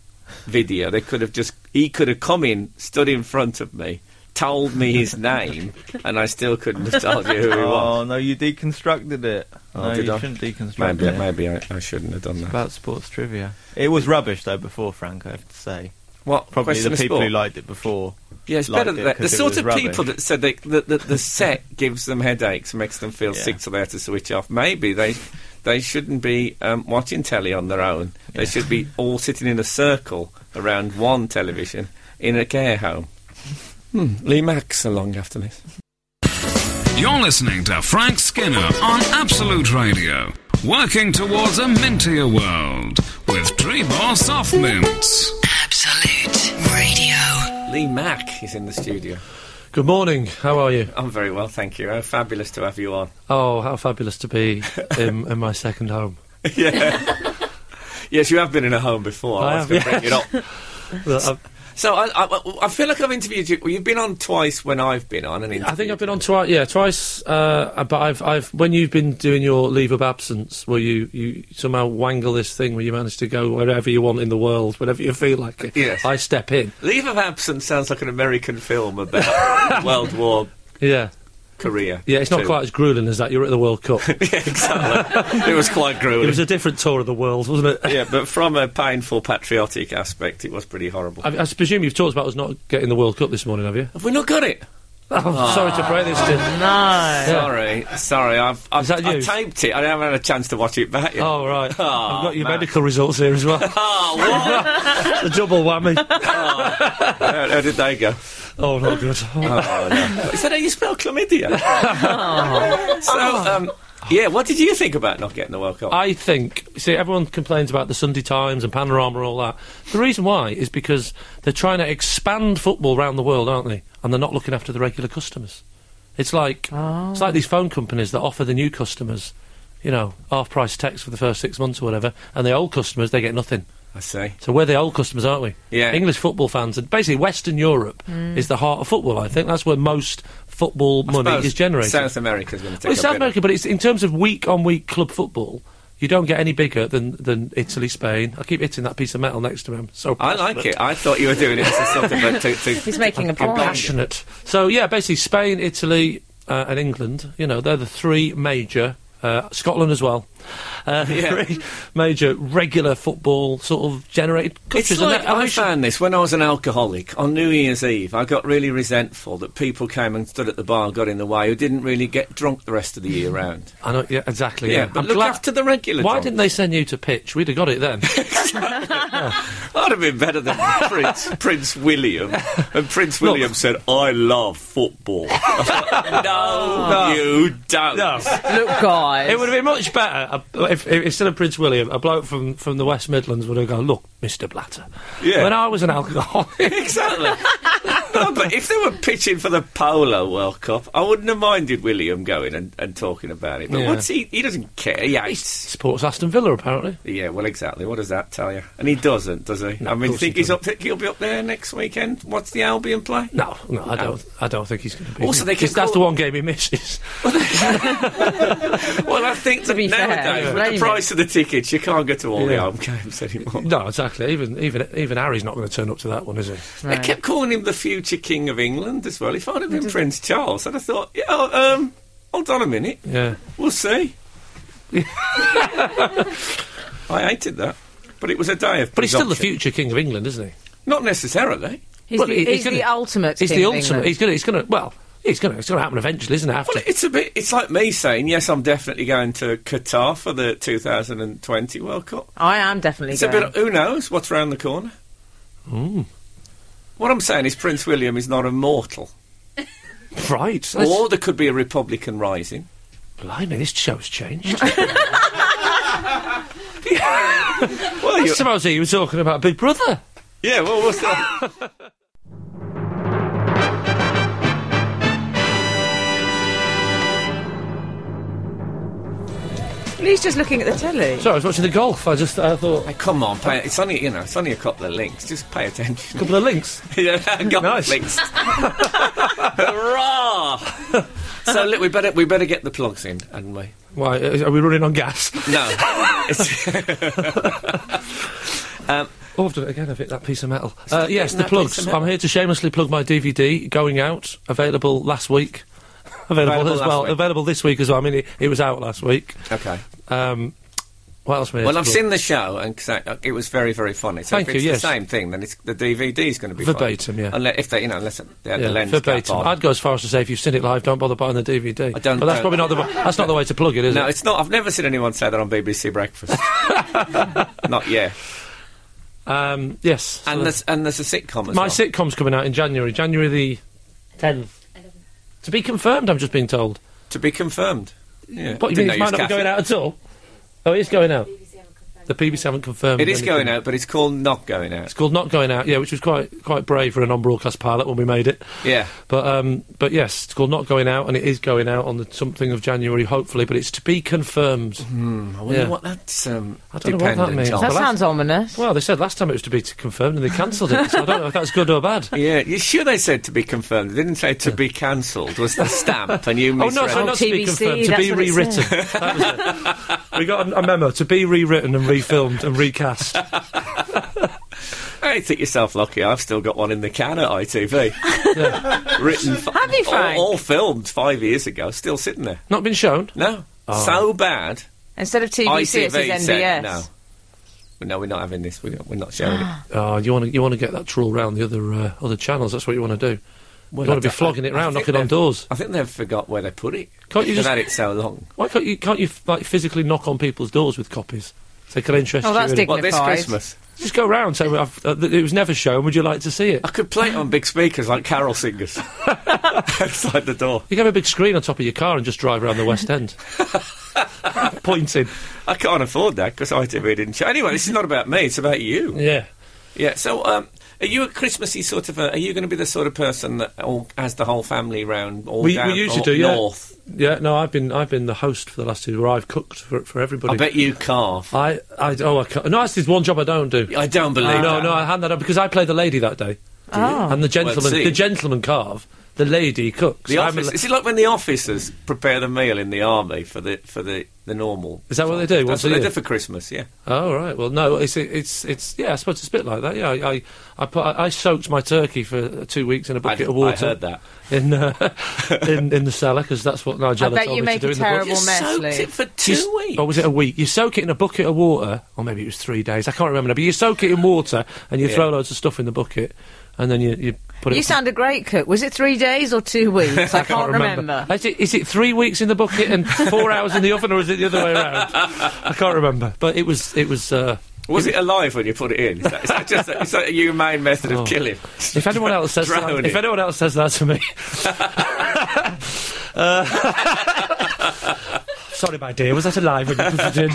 video. They could have just, he could have come in, stood in front of me, told me his name, and I still couldn't have told you who he was.
Oh no, you deconstructed it.
Oh,
no,
did
you
I?
shouldn't deconstruct
Maybe,
it.
maybe I, I shouldn't have done that.
About sports trivia, it was rubbish though before Frank. I have to say,
What
probably
question
the
of
people
sport?
who liked it before.
Yeah, it's
liked
better than
it
that. The
'cause it
sort
was
of
rubbish.
people that said they, that, that the set gives them headaches, makes them feel
Yeah.
sick, so they have to switch off. Maybe they they shouldn't be um, watching telly on their own. They should be all sitting in a circle around one television in a care home. Hmm, Lee Max along after this.
You're listening to Frank Skinner on Absolute Radio, working towards a mintier world with Treebor Soft Mints.
Absolute Radio.
Lee Mack is in the studio.
Good morning. How are you?
I'm very well, thank you. Oh, fabulous to have you on.
Oh, how fabulous to be in, in my second home.
yeah. Yes, you have been in a home before. I,
I
was
have,
going to bring it up.
Look, I've-
So I, I, I feel like I've interviewed you. Well, you've been on twice when I've been on. And
I think I've
interviewed
been on twice. Yeah, twice. Uh, but I've, I've when you've been doing your leave of absence, where you, you somehow wangle this thing where you manage to go wherever you want in the world, whenever you feel like it.
Yes.
I step in.
you. Leave of Absence sounds like an American film about World War
Yeah,
Korea.
yeah. It's not
Two.
quite as grueling as that. You're at the World Cup. it
yeah, exactly. it was quite grueling.
was a different tour of the world, wasn't it?
yeah, but from a painful patriotic aspect, it was pretty horrible.
I, I presume you've talked about us not getting the World Cup this morning, have you?
Have we not got it?
Oh, sorry to break this
No.
to. Yeah.
Sorry, sorry. I've, I've
Is that
I
you?
taped it. I haven't had a chance to watch it back yet.
Oh right,
Oh,
I've got your
man.
medical results here as well.
Oh, what?
the double whammy.
how, how did they go?
Oh, not good.
Oh, no. Is that how you spell chlamydia? so, um, yeah, what did you think about not getting the World Cup?
Oh. I think, see, everyone complains about the Sunday Times and Panorama and all that. The reason why is because they're trying to expand football around the world, aren't they? And they're not looking after the regular customers. It's like it's like these phone companies that offer the new customers, you know, half price text for the first six months or whatever, and the old customers they get nothing.
I see.
So we're the old customers, aren't we?
Yeah.
English football fans and basically Western Europe is the heart of football. I think that's where most football money
Suppose
is generated.
South America's going to take
Well, it's
a
South
bit of-
America, but it's in terms of week on week club football. You don't get any bigger than, than Italy, Spain. I keep hitting that piece of metal next to him. So
I like it. I thought you were doing it as something like to, to
He's making a
I'm
point.
passionate. So yeah, basically Spain, Italy, uh, and England. You know, they're the three major. Uh, Scotland as well. Uh,
Yeah.
Three major regular football sort of generated countries.
It's
and
like
that- and
I
we should-
found this when I was an alcoholic on New Year's Eve. I got really resentful that people came and stood at the bar, got in the way, who didn't really get drunk the rest of the year round.
I know, yeah, exactly.
Yeah,
Yeah,
but look after the regular
Why
drunks.
didn't they send you to pitch? We'd have got it then.
I'd have been better than Prince Prince William. And Prince William said, "I love football." no, you don't.
Look, guys.
It would have been much better uh, if, if instead of Prince William, a bloke from, from the West Midlands would have gone, Look, Mr. Blatter.
Yeah.
When I was an alcoholic.
Exactly. no, but if they were pitching for the Polo World Cup, I wouldn't have minded William going and, and talking about it. But
Yeah.
once he he doesn't care, yeah,
he
it's-
supports Aston Villa, apparently.
yeah. Well, exactly. What does that tell you? And he doesn't, does he?
No,
I
of
mean,
course
think
he
he's up. Think he'll be up there next weekend. What's the Albion play?
No, no, I don't. I don't think he's going to be.
Also, they can
'Cause that's
call-
the one game he misses.
Well, I think
To be fair,
nowadays, with
blame
the
him.
price of the tickets, you can't get to all the
Yeah.
home games anymore.
no, exactly. Even even even Harry's not going to turn up to that one, is he?
They kept calling him the future king of England as well. If I'd have been Prince Charles, I'd have thought, yeah, um, hold on a minute,
Yeah.
we'll see. I hated that, but it was a day of.
But he's still the
presumption.
future king of England, isn't he?
Not necessarily.
He's,
Well,
the,
he-
he's,
he's
the
gonna-
ultimate.
He's
king
the
of
ultimate.
England.
He's going. to He's going to. Well, it's going. to It's going to happen eventually, isn't it? After.
Well, it's a bit. It's like me saying, yes, I'm definitely going to Qatar for the 2020 World Cup.
I am definitely
It's a
going.
bit. of- Who knows what's round the corner? What I'm saying is Prince William is not immortal,
right.
or there could be a Republican rising.
Blimey, this show's changed.
Well,
I
you-
suppose you were talking about Big Brother.
yeah. Well, what's that?
He's just looking at the telly.
Sorry, I was watching the golf. I just I thought
Hey, come on, pay, it's only you know, it's only a couple of links. Just pay attention.
a couple of links.
yeah, got
Nice.
links. Hurrah! so look, we better we better get the plugs in, hadn't we?
Why uh, are we running on gas?
No. It's- um,
Oh, I've done it again. I've hit that piece of metal. Uh, yes,
hitting that piece of
the plugs.
metal.
I'm here to shamelessly plug my DVD going out. Available last week. Available,
Available
as
last
well.
week.
Available this week as well. I mean, it, it was out last week.
okay.
Um, what else? am I here
Well,
to
I've
plug?
seen the show, and 'cause I- it was very, very funny. So
Thank
if
you,
it's
yes.
the same thing, then it's, the DVD is going to be
Verbatim,
Funny.
yeah.
Unless if they, you know, unless they had
Yeah,
the lens
verbatim.
cap on.
I'd go as far as to say if you've seen it live, don't bother buying the DVD.
I don't-
But that's
don't.
probably not the that's not the way to plug it, is
No,
it?
it's not. I've never seen anyone say that on BBC Breakfast. not yet.
Um, yes. so
And there's and there's a sitcom as
my
well.
sitcom's coming out in January, January the tenth. To be confirmed, I'm just being told.
to be confirmed. Yeah.
What you
Didn't
mean
know
it
you
might
was
not be
Catholic.
going out at all? Oh, it's going out. The BBC haven't confirmed.
It is
anything.
going out, but it's called Not Going
It's
Out.
called Not Going Out, yeah, which was quite quite brave for a non-broadcast pilot when we made it.
Yeah.
But um, but yes, it's called Not Going Out, and it is going out on the something of January, hopefully. But it's to be confirmed.
I wonder
Yeah.
what that's um,
I don't know what that
dependent
means.
on.
That
Well, that's-
sounds ominous.
Well, they said last time it was to be t- confirmed, and they cancelled it. so I don't know if that's good or bad.
yeah, you sure they said to be confirmed? They didn't say to be cancelled. Was the stamp and you
Oh no,
misread?
sorry, not to be
TBC,
confirmed, to
that's
be
what it
rewritten. That was it. we got a, a memo to be rewritten and refilmed and recast.
Hey, think yourself lucky. I've still got one in the can at ITV. Written, fi-
Have you, Frank?
All, all filmed five years ago, still sitting there.
Not been shown.
No,
Oh.
so bad.
Instead of TBC, it
ITV
says
said
NBS.
no. Well, No, we're not having this. We're not, we're not sharing it.
Oh, you want to you want to get that trawl round the other uh, other channels. That's what you want to do.
Well,
you
I
want to be
don't-
flogging it
I
round,
think
knocking on
they've-
doors.
I think they've forgot where they put it.
Can't you
They've
just-
had it so long.
Why can't you can't you f- like physically knock on people's doors with copies? Say, can I interest
Oh,
you?
that's
in it?"
dignified.
What this
Unified.
Christmas?
Just go round. Say "Well, I've, uh, th- it was never shown. Would you like to see it?
I could play it on big speakers like carol singers outside the door.
You can have a big screen on top of your car and just drive around the West End, pointing.
I can't afford that because ITV didn't show. Anyway, this is not about me; it's about you.
Yeah.
Yeah. So, um, are you a Christmassy sort of? A, are you going to be the sort of person that all, has the whole family round? All
We,
down,
we usually
all
do, yeah.
North.
Yeah, no, I've been I've been the host for the last two where I've cooked for for everybody.
I bet you carve.
I, I oh I can't. No, that's just one job I don't do.
I don't believe.
no,
that.
no, I hand that up because I play the lady that day,
Oh.
and
Ah.
the
Well,
gentleman
see.
the gentleman carve, the lady cooks.
The
I'm a
office.
la-
Is it like when the officers prepare the meal in the army for the for the, the normal?
Is that what they do,
That's
once
what
a
they
year?
do for Christmas. Yeah.
Oh right, well no, it's it's it's yeah, I suppose it's a bit like that. Yeah, I I, I, put, I, I soaked my turkey for uh, two weeks in a
I-
bucket of water.
I heard that.
in uh, in, in the cellar because that's what
I
Nigella
bet
told
you
me
make
to do.
a
in the bucket.
terrible mess,
soaked
Lee.
it for two
You s-
weeks.
Or was it a week? You soak it in a bucket of water, or maybe it was three days. I can't remember. now, But you soak it in water and you throw loads of stuff in the bucket, and then you, you put it.
You sound a great cook. Was it three days or two weeks? I, can't, remember.
Is it, is it three weeks in the bucket and four hours in the oven, or is it the other way around? I can't remember. But it was it was. Uh,
Was it alive when you put it in? Is that, is that just a, is that a humane method
Oh.
of killing?
if anyone else says
Drown
that,
it.
if anyone else says that to me. Uh, Sorry, my dear, was that alive when you put it in?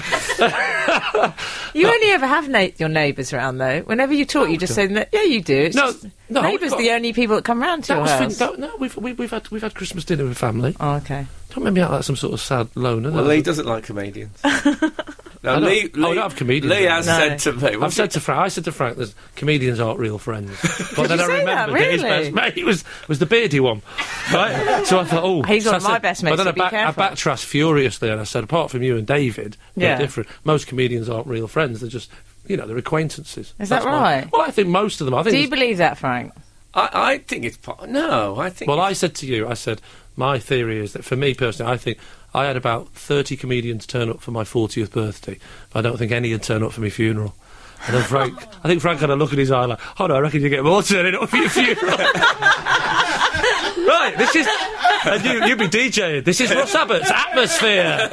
You only ever have na- your neighbours round though. Whenever you talk, you just say, "No, "Yeah, you do." It's
No,
just-
no,
neighbours
we've
the
got-
only people that come round to
That
your
was
house.
fin- that, no, we've, we, we've had we've had Christmas dinner with family.
oh, okay.
Don't make me out like some sort of sad loner.
Well,
though.
Lee doesn't like comedians. No,
I don't-
Lee,
oh, I
Lee-
don't have comedians
Lee
in
has
there. No.
said to me,
I've said to Frank, I said to Frank, that comedians aren't real friends. But then
you
I
say that,
remembered his
really?
best mate was, was the beardy one, right? so I thought, oh,
He's one
so
of
I
my
said-
best mates,
But then
so
I,
be
back, I
careful.
backtracked furiously and I said, apart from you and David, they're
Yeah.
different. Most comedians aren't real friends. They're just, you know, they're acquaintances.
Is that
That's my-
right?
well, I think most of them. I think.
Do you
it's-
believe that, Frank?
I, I think it's po- no. I think
well, I said to you, I said, my theory is that for me personally, I think I had about thirty comedians turn up for my fortieth birthday. But I don't think any had turned up for my funeral. And then Frank, I think Frank had a look in his eye like, "Oh no, I reckon you get more turning up for your funeral." right, this is, and you, you'd be DJing. This is Russ Abbott's atmosphere.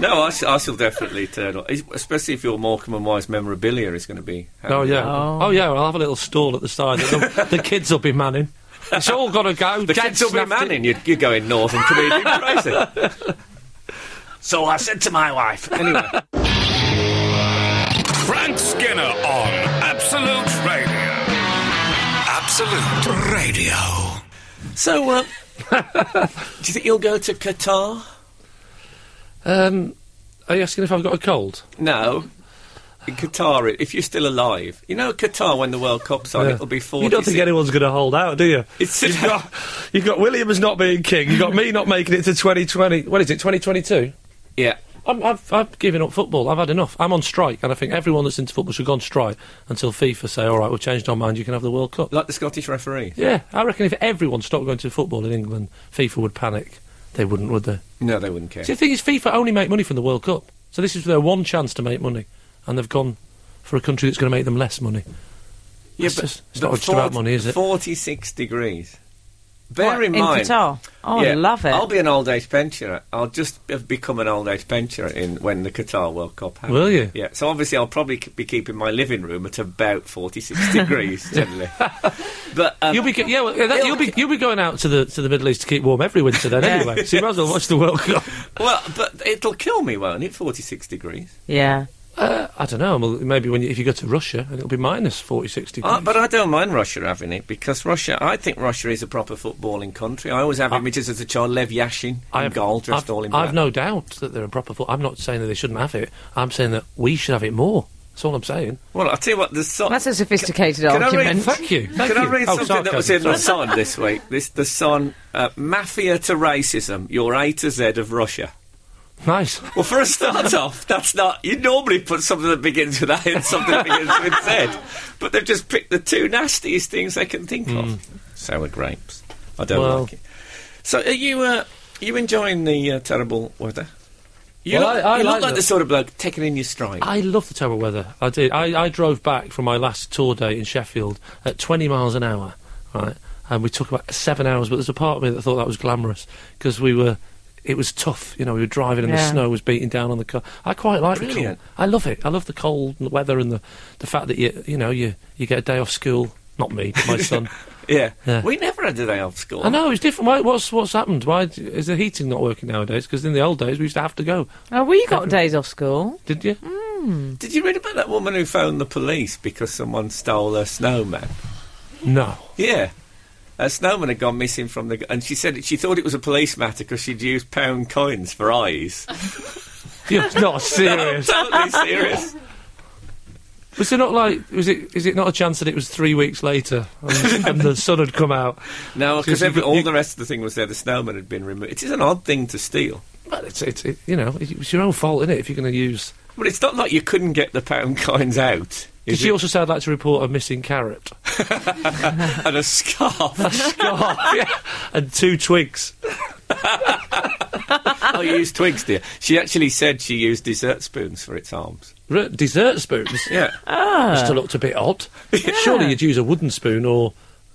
no. I, sh- I shall definitely turn up, especially if your Morecambe and Wise memorabilia is going to be.
Oh yeah,
Oh.
oh, yeah. I'll have a little stall at the side. The, the kids will be manning. It's all got to go.
The
Dad
kids will be
snapped it.
manning. You're, you're going north and comedian crazy. So I said to my wife. Anyway,
Frank Skinner on Absolute Radio. Absolute Radio.
so uh, do you think you'll go to Qatar?
Um, are you asking if I've got a cold?
No. In Qatar, if you're still alive, you know Qatar when the World Cup's on,
Yeah.
it'll be forty.
You don't think anyone's going to hold out, do you?
It's-
you've, got, you've got William as not being king. You've got me not making it to 2020. What is it, 2022?
Yeah.
I'm, I've, I've given up football. I've had enough. I'm on strike, and I think everyone that's into football should go on strike until FIFA say, all right, we've changed our mind, you can have the World Cup.
Like the Scottish referee?
Yeah, I reckon if everyone stopped going to football in England, FIFA would panic. They wouldn't, would they?
No, they wouldn't care.
See, the thing is, FIFA only make money from the World Cup. So this is their one chance to make money, and they've gone for a country that's going to make them less money.
yeah,
it's just- it's not just about money, is it?
46 degrees. Bear
What,
in mind.
Qatar. Oh, I
yeah,
love it.
I'll be an old age pensioner. I'll just have become an old age pensioner in when the Qatar World Cup happens.
Will you?
Yeah. So obviously, I'll probably k- be keeping my living room at about 46 degrees generally. But um,
You'll be go- yeah, well, yeah, that- you'll be you'll be going out to the to the Middle East to keep warm every winter then anyway. So you might as well watch the World Cup.
well, but it'll kill me, won't it? 46 degrees.
Yeah.
Uh, I don't know. Well, maybe when you, if you go to Russia, and it'll be minus forty six degrees.
Uh, but I don't mind Russia having it because Russia, I think Russia is a proper footballing country. I always have images as a child, Lev Yashin
I
in goal, dressed
I've,
all in black.
I've no doubt that they're a proper. Foot. I'm not saying that they shouldn't have it. I'm saying that we should have it more. That's all I'm saying.
Well, I'll tell you what, the sun.
That's a sophisticated
I read,
argument.
Thank you. Thank
can
you.
I read
Oh,
something that was in
sarcasm,
the Sun this week? This the Sun, uh, mafia to racism, your A to Z of Russia.
Nice.
Well, for a start off, that's not. You normally put something that begins with A and something that begins with Z, but they've just picked the two nastiest things they can think of: sour grapes. I don't
Hmm. Well-
like it. So, are you uh, you enjoying the uh, terrible weather? You
Well,
look,
I- I
you look
like
like
the- Ah.
the sort of bloke taking in your stride.
I love the terrible weather. I did. I, I drove back from my last tour day in Sheffield at 20 miles an hour, right? And we took about seven hours, but there's a part of me that thought that was glamorous because we were. It was tough, you know. We were driving and the
Yeah.
snow was beating down on the car. I quite like the cold.
Brilliant.
I love it. I love the cold and the weather and the, the fact that you you know you you get a day off school. Not me, but my son.
yeah.
Yeah.
we never had a day off school.
I know it's different. Why, what's what's happened? Why d- is the heating not working nowadays? Because in the old days we used to have to go.
Oh, well, you got days off school.
Did you?
Did you read about that woman who phoned the police because someone stole her snowman?
No.
Yeah. A snowman had gone missing from the. And she said she thought it was a police matter because she'd used pound coins for eyes.
You're not serious.
totally serious.
Was it not like? Was it? Is it not a chance that it was three weeks later and, and the sun had come out?
No, because
you-
all
you-
the rest of the thing was there. The snowman had been removed. It is an odd thing to steal.
But it's, it's it, you know it- it's your own fault, isn't it? If you're going to use.
But it's not like you couldn't get the pound coins out.
Did
is
she
it?
also say I'd like to report a missing carrot,
and a scarf?
a scarf, yeah, and two twigs?
oh, you used twigs, dear. She actually said she used dessert spoons for its arms.
R- dessert spoons.
Yeah. Ah.
Must have looked a bit odd. Surely you'd use a wooden spoon or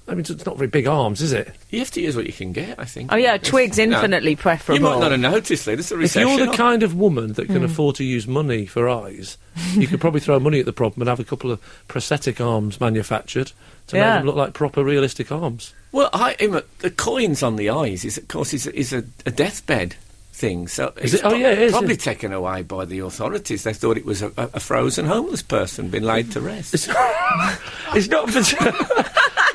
I mean, it's not very big arms, is it?
You have to use what you can get, I think.
Oh yeah, a
It's-
twig's
you know,
infinitely preferable.
You might not have noticed, Lee. This is a
If
recession. Hmm.
you're the kind of woman that can afford to use money for eyes, you could probably throw money at the problem and have a couple of prosthetic arms manufactured to
Yeah.
make them look like proper realistic arms.
Well, I, Emma, the coins on the eyes is, of course, is, is a, a deathbed thing. So
Is
it's
it? Oh, yeah, it is,
probably
yeah.
taken away by the authorities. They thought it was a, a, a frozen homeless person been laid to rest.
It's, it's not for-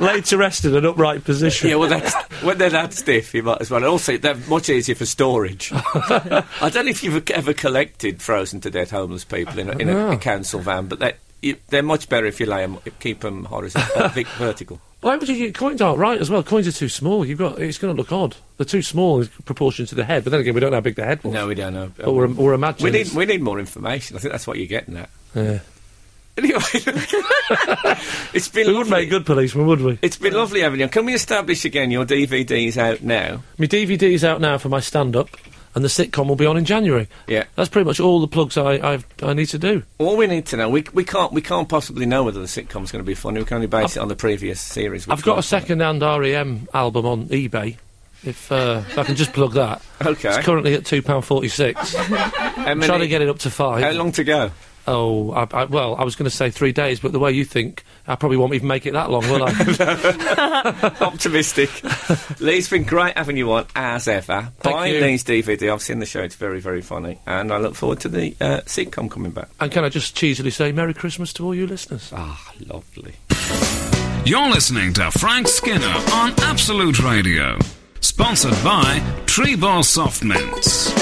laid to rest in an upright position.
yeah, well, that's, when they're that stiff, you might as well. Also, they're much easier for storage. I don't know if you've ever collected frozen to death homeless people in a, in a,
No.
a council van, but they you, they're much better if you lay them, keep them horizontal, uh, vic- vertical.
Why would you get coins aren't right as well? Coins are too small. You've got it's going to look odd. They're too small in proportion to the head. But then again, we don't know how big the head was.
No, we don't know.
But we're, we're imagining.
we need we need more information. I think that's what you're getting at.
yeah.
Anyway, it's been
We
lovely.
wouldn't make good policemen, would we?
It's been lovely having you. Can we establish again your DVD's out now?
My DVD's out now for my stand-up, and the sitcom will be on in January.
Yeah.
That's pretty much all the plugs I I've, I need to do.
All we need to know, we, we can't we can't possibly know whether the sitcom's going to be funny. We can only base it on the previous series.
I've got a second-hand REM E album on eBay. If, uh, if I can just plug that.
Okay.
It's currently at two pound forty-six.
I'm
Trying to get it up to five.
How long to go?
Oh, I, I, well, I was going to say three days, but the way you think, I probably won't even make it that long, will I?
Optimistic. Lee, it's been great having you on as ever.
Thank
Buy
you.
Lee's DVD. I've seen the show. It's very very funny, and I look forward to the uh, sitcom coming back.
and can I just cheesily say Merry Christmas to all you listeners?
Ah, lovely.
You're listening to Frank Skinner on Absolute Radio. Sponsored by Tree Bar Soft Mints.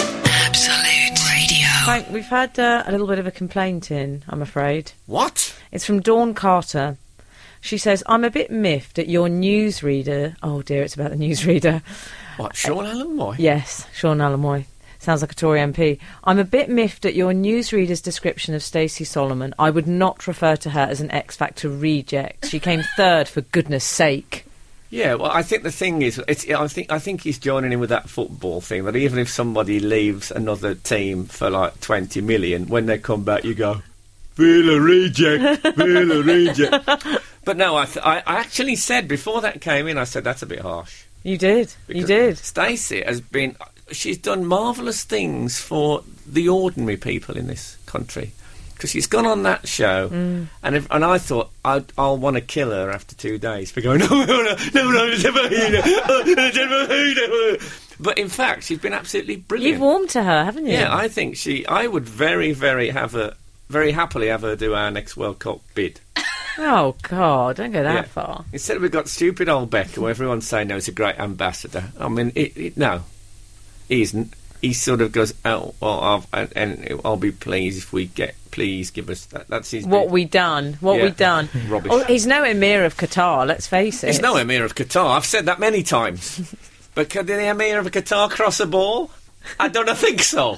Absolute Radio.
Frank, we've had uh, a little bit of a complaint in, I'm afraid.
What?
It's from Dawn Carter. She says, I'm a bit miffed at your newsreader. Oh dear, it's about the newsreader.
What? Sean Allen Moy?
Yes, Sean Allen Moy. Sounds like a Tory MP. I'm a bit miffed at your newsreader's description of Stacey Solomon. I would not refer to her as an X Factor reject. She came third, for goodness sake.
Yeah, well, I think the thing is, it's, I think I think he's joining in with that football thing that even if somebody leaves another team for like twenty million, when they come back, you go, Villa reject, Villa reject. But no, I, th- I I actually said before that came in, I said that's a bit harsh.
You did. you did.
Stacey has been, she's done marvellous things for the ordinary people in this country. Because she's gone on that show,
Mm.
and if, and I thought I'd, I'll want to kill her after two days for going no no no no no it's about you, no, Uh, oh, it's about you, no." But in fact, she's been absolutely brilliant.
You've warmed to her, haven't you?
yeah, I think she. I would very very have her very happily have her do our next World Cup bid.
Oh, God, don't go that
Yeah.
far.
Instead, we've got stupid old Becker, where everyone's saying no, he's a great ambassador. I mean, it, it, no, he isn't. He sort of goes, oh, well, I'll, and, and I'll be pleased if we get, please give us that. That's his.
What
big-
we done? What
Yeah.
we done?
Rubbish.
Oh, he's no emir of Qatar. Let's face it.
He's no Emir of Qatar. I've said that many times. but can the Emir of Qatar cross a ball? I don't I think so.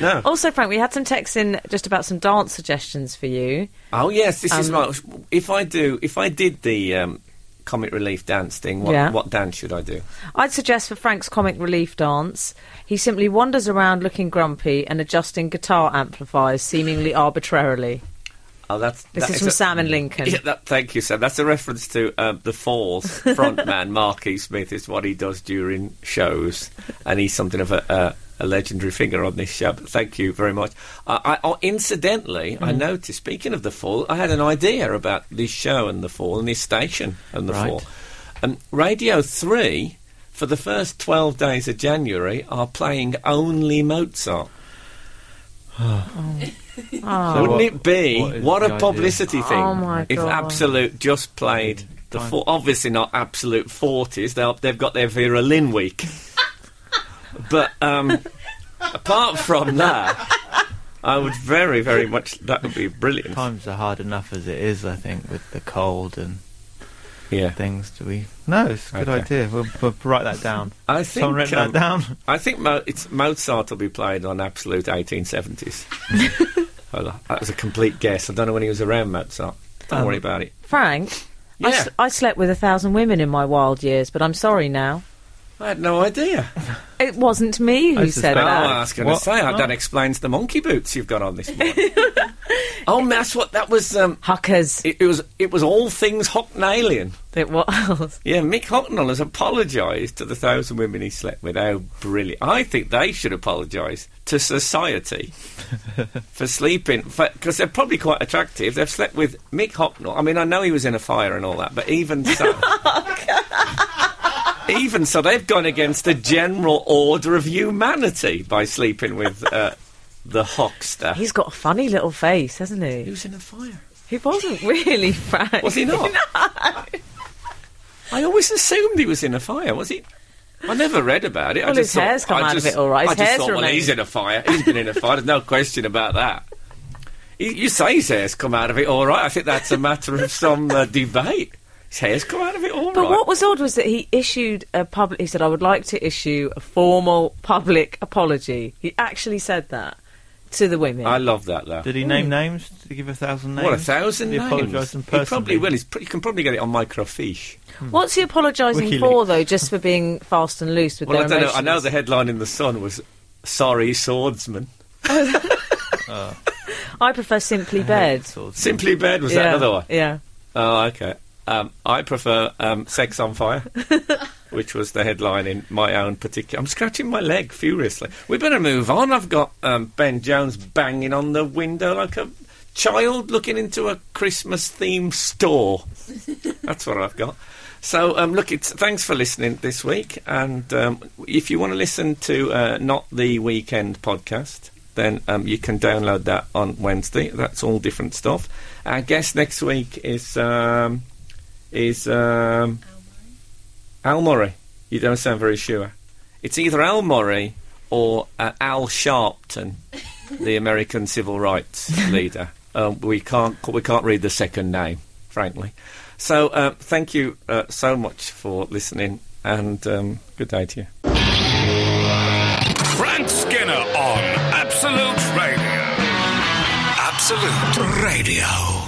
no. Oh,
Also, Frank, we had some texts in just about some dance suggestions for you.
Oh, yes, this is
Um,
my. If I do, if I did the um, comic relief dance thing, what,
Yeah.
what dance should I do?
I'd suggest for Frank's comic relief dance, he simply wanders around looking grumpy and adjusting guitar amplifiers seemingly arbitrarily.
Oh, that's
This
that
is
is
from
a-
Sam and Lincoln.
Yeah, that, thank you, Sam. That's a reference to um, the Falls frontman Marky Smith. Is what he does during shows, and he's something of a, a, a legendary figure on this show. But thank you very much. I, I, oh, incidentally, I noticed. Speaking of the Fall, I had an idea about this show and the Fall and this station and the
Right.
Fall. Um, Radio Three, for the first twelve days of January, are playing only Mozart.
So
Wouldn't
what-
it be
what
what,
is
a
the idea?
publicity thing
Oh, my
if
God.
Absolute just played the
Fine.
four, obviously not Absolute forties. They they've got their Vera Lynn week, but um, apart from that, I would very very much that would be brilliant.
Times are hard enough as it is, I think, with the cold and
Yeah,
things. Do we? No, it's a good
Okay.
idea. We'll, we'll write that down.
I think
Someone written
um,
that down.
I think Mo- it's Mozart will be played on Absolute eighteen seventies. that was a complete guess. I don't know when he was around Mozart. Don't
Um,
worry about it.
Frank,
Yeah.
I, s- I slept with a thousand women in my wild years, but I'm sorry now.
I had no idea.
It wasn't me who
I
said
suspect-
Oh,
that.
I was going to
What?
say I- that explains the monkey boots you've got on this morning. oh, that's what that was. Um,
Huckers.
it, it was. It was all things Hocknalian.
It was.
Yeah, Mick Hocknall has apologised to the thousand women he slept with. How brilliant! I think they should apologise to society for sleeping because they're probably quite attractive. They've slept with Mick Hocknall. I mean, I know he was in a fire and all that, but even so. Even so, they've gone against the general order of humanity by sleeping with uh, the Hockster.
He's got a funny little face, hasn't
he
he?
was in a fire.
He wasn't really Frank.
Was he not? I always assumed he was in a fire. Was he? I never read about it. I
Well,
just
his
thought,
hair's come
I
out of
just-
it all right.
I
His
just
hair's
thought, well,
remained.
he's in a fire. He's been in a fire. There's no question about that. You- You say his hair's come out of it all right. I think that's a matter of some uh, debate. His hair's come out of it all right.
But what was odd was that he issued a public. He said, "I would like to issue a formal public apology." He actually said that to the women.
I love that though.
Did he name names? Did he give a thousand names?
hmm. What a thousand
Did he
names.
apologise in
He
person?
probably will. He's pr- you can probably get it on microfiche.
Hmm. What's he apologising
WikiLeaks.
for, though? Just for being fast and loose with
Well,
their
I don't know. I
emotions.
know the headline in the Sun was "Sorry, swordsman."
I prefer simply bed.
Simply bed was
yeah,
that another one?
Yeah.
Oh, okay. Um, I prefer um, Sex on Fire, which was the headline in my own particular. I'm scratching my leg furiously. We better move on. I've got um, Ben Jones banging on the window like a child looking into a Christmas themed store. That's what I've got. So, um, look, it's, thanks for listening this week. And um, if you want to listen to uh, Not the Weekend podcast, then um, you can download that on Wednesday. That's all different stuff. Our guest next week is um, is um, Al Murray. You don't sound very sure. It's either Al Murray or uh, Al Sharpton, the American civil rights leader. Um, we can't we can't read the second name, frankly. So uh, thank you uh, so much for listening, and um, good day to you.
Frank Skinner on Absolute Radio. Absolute Radio.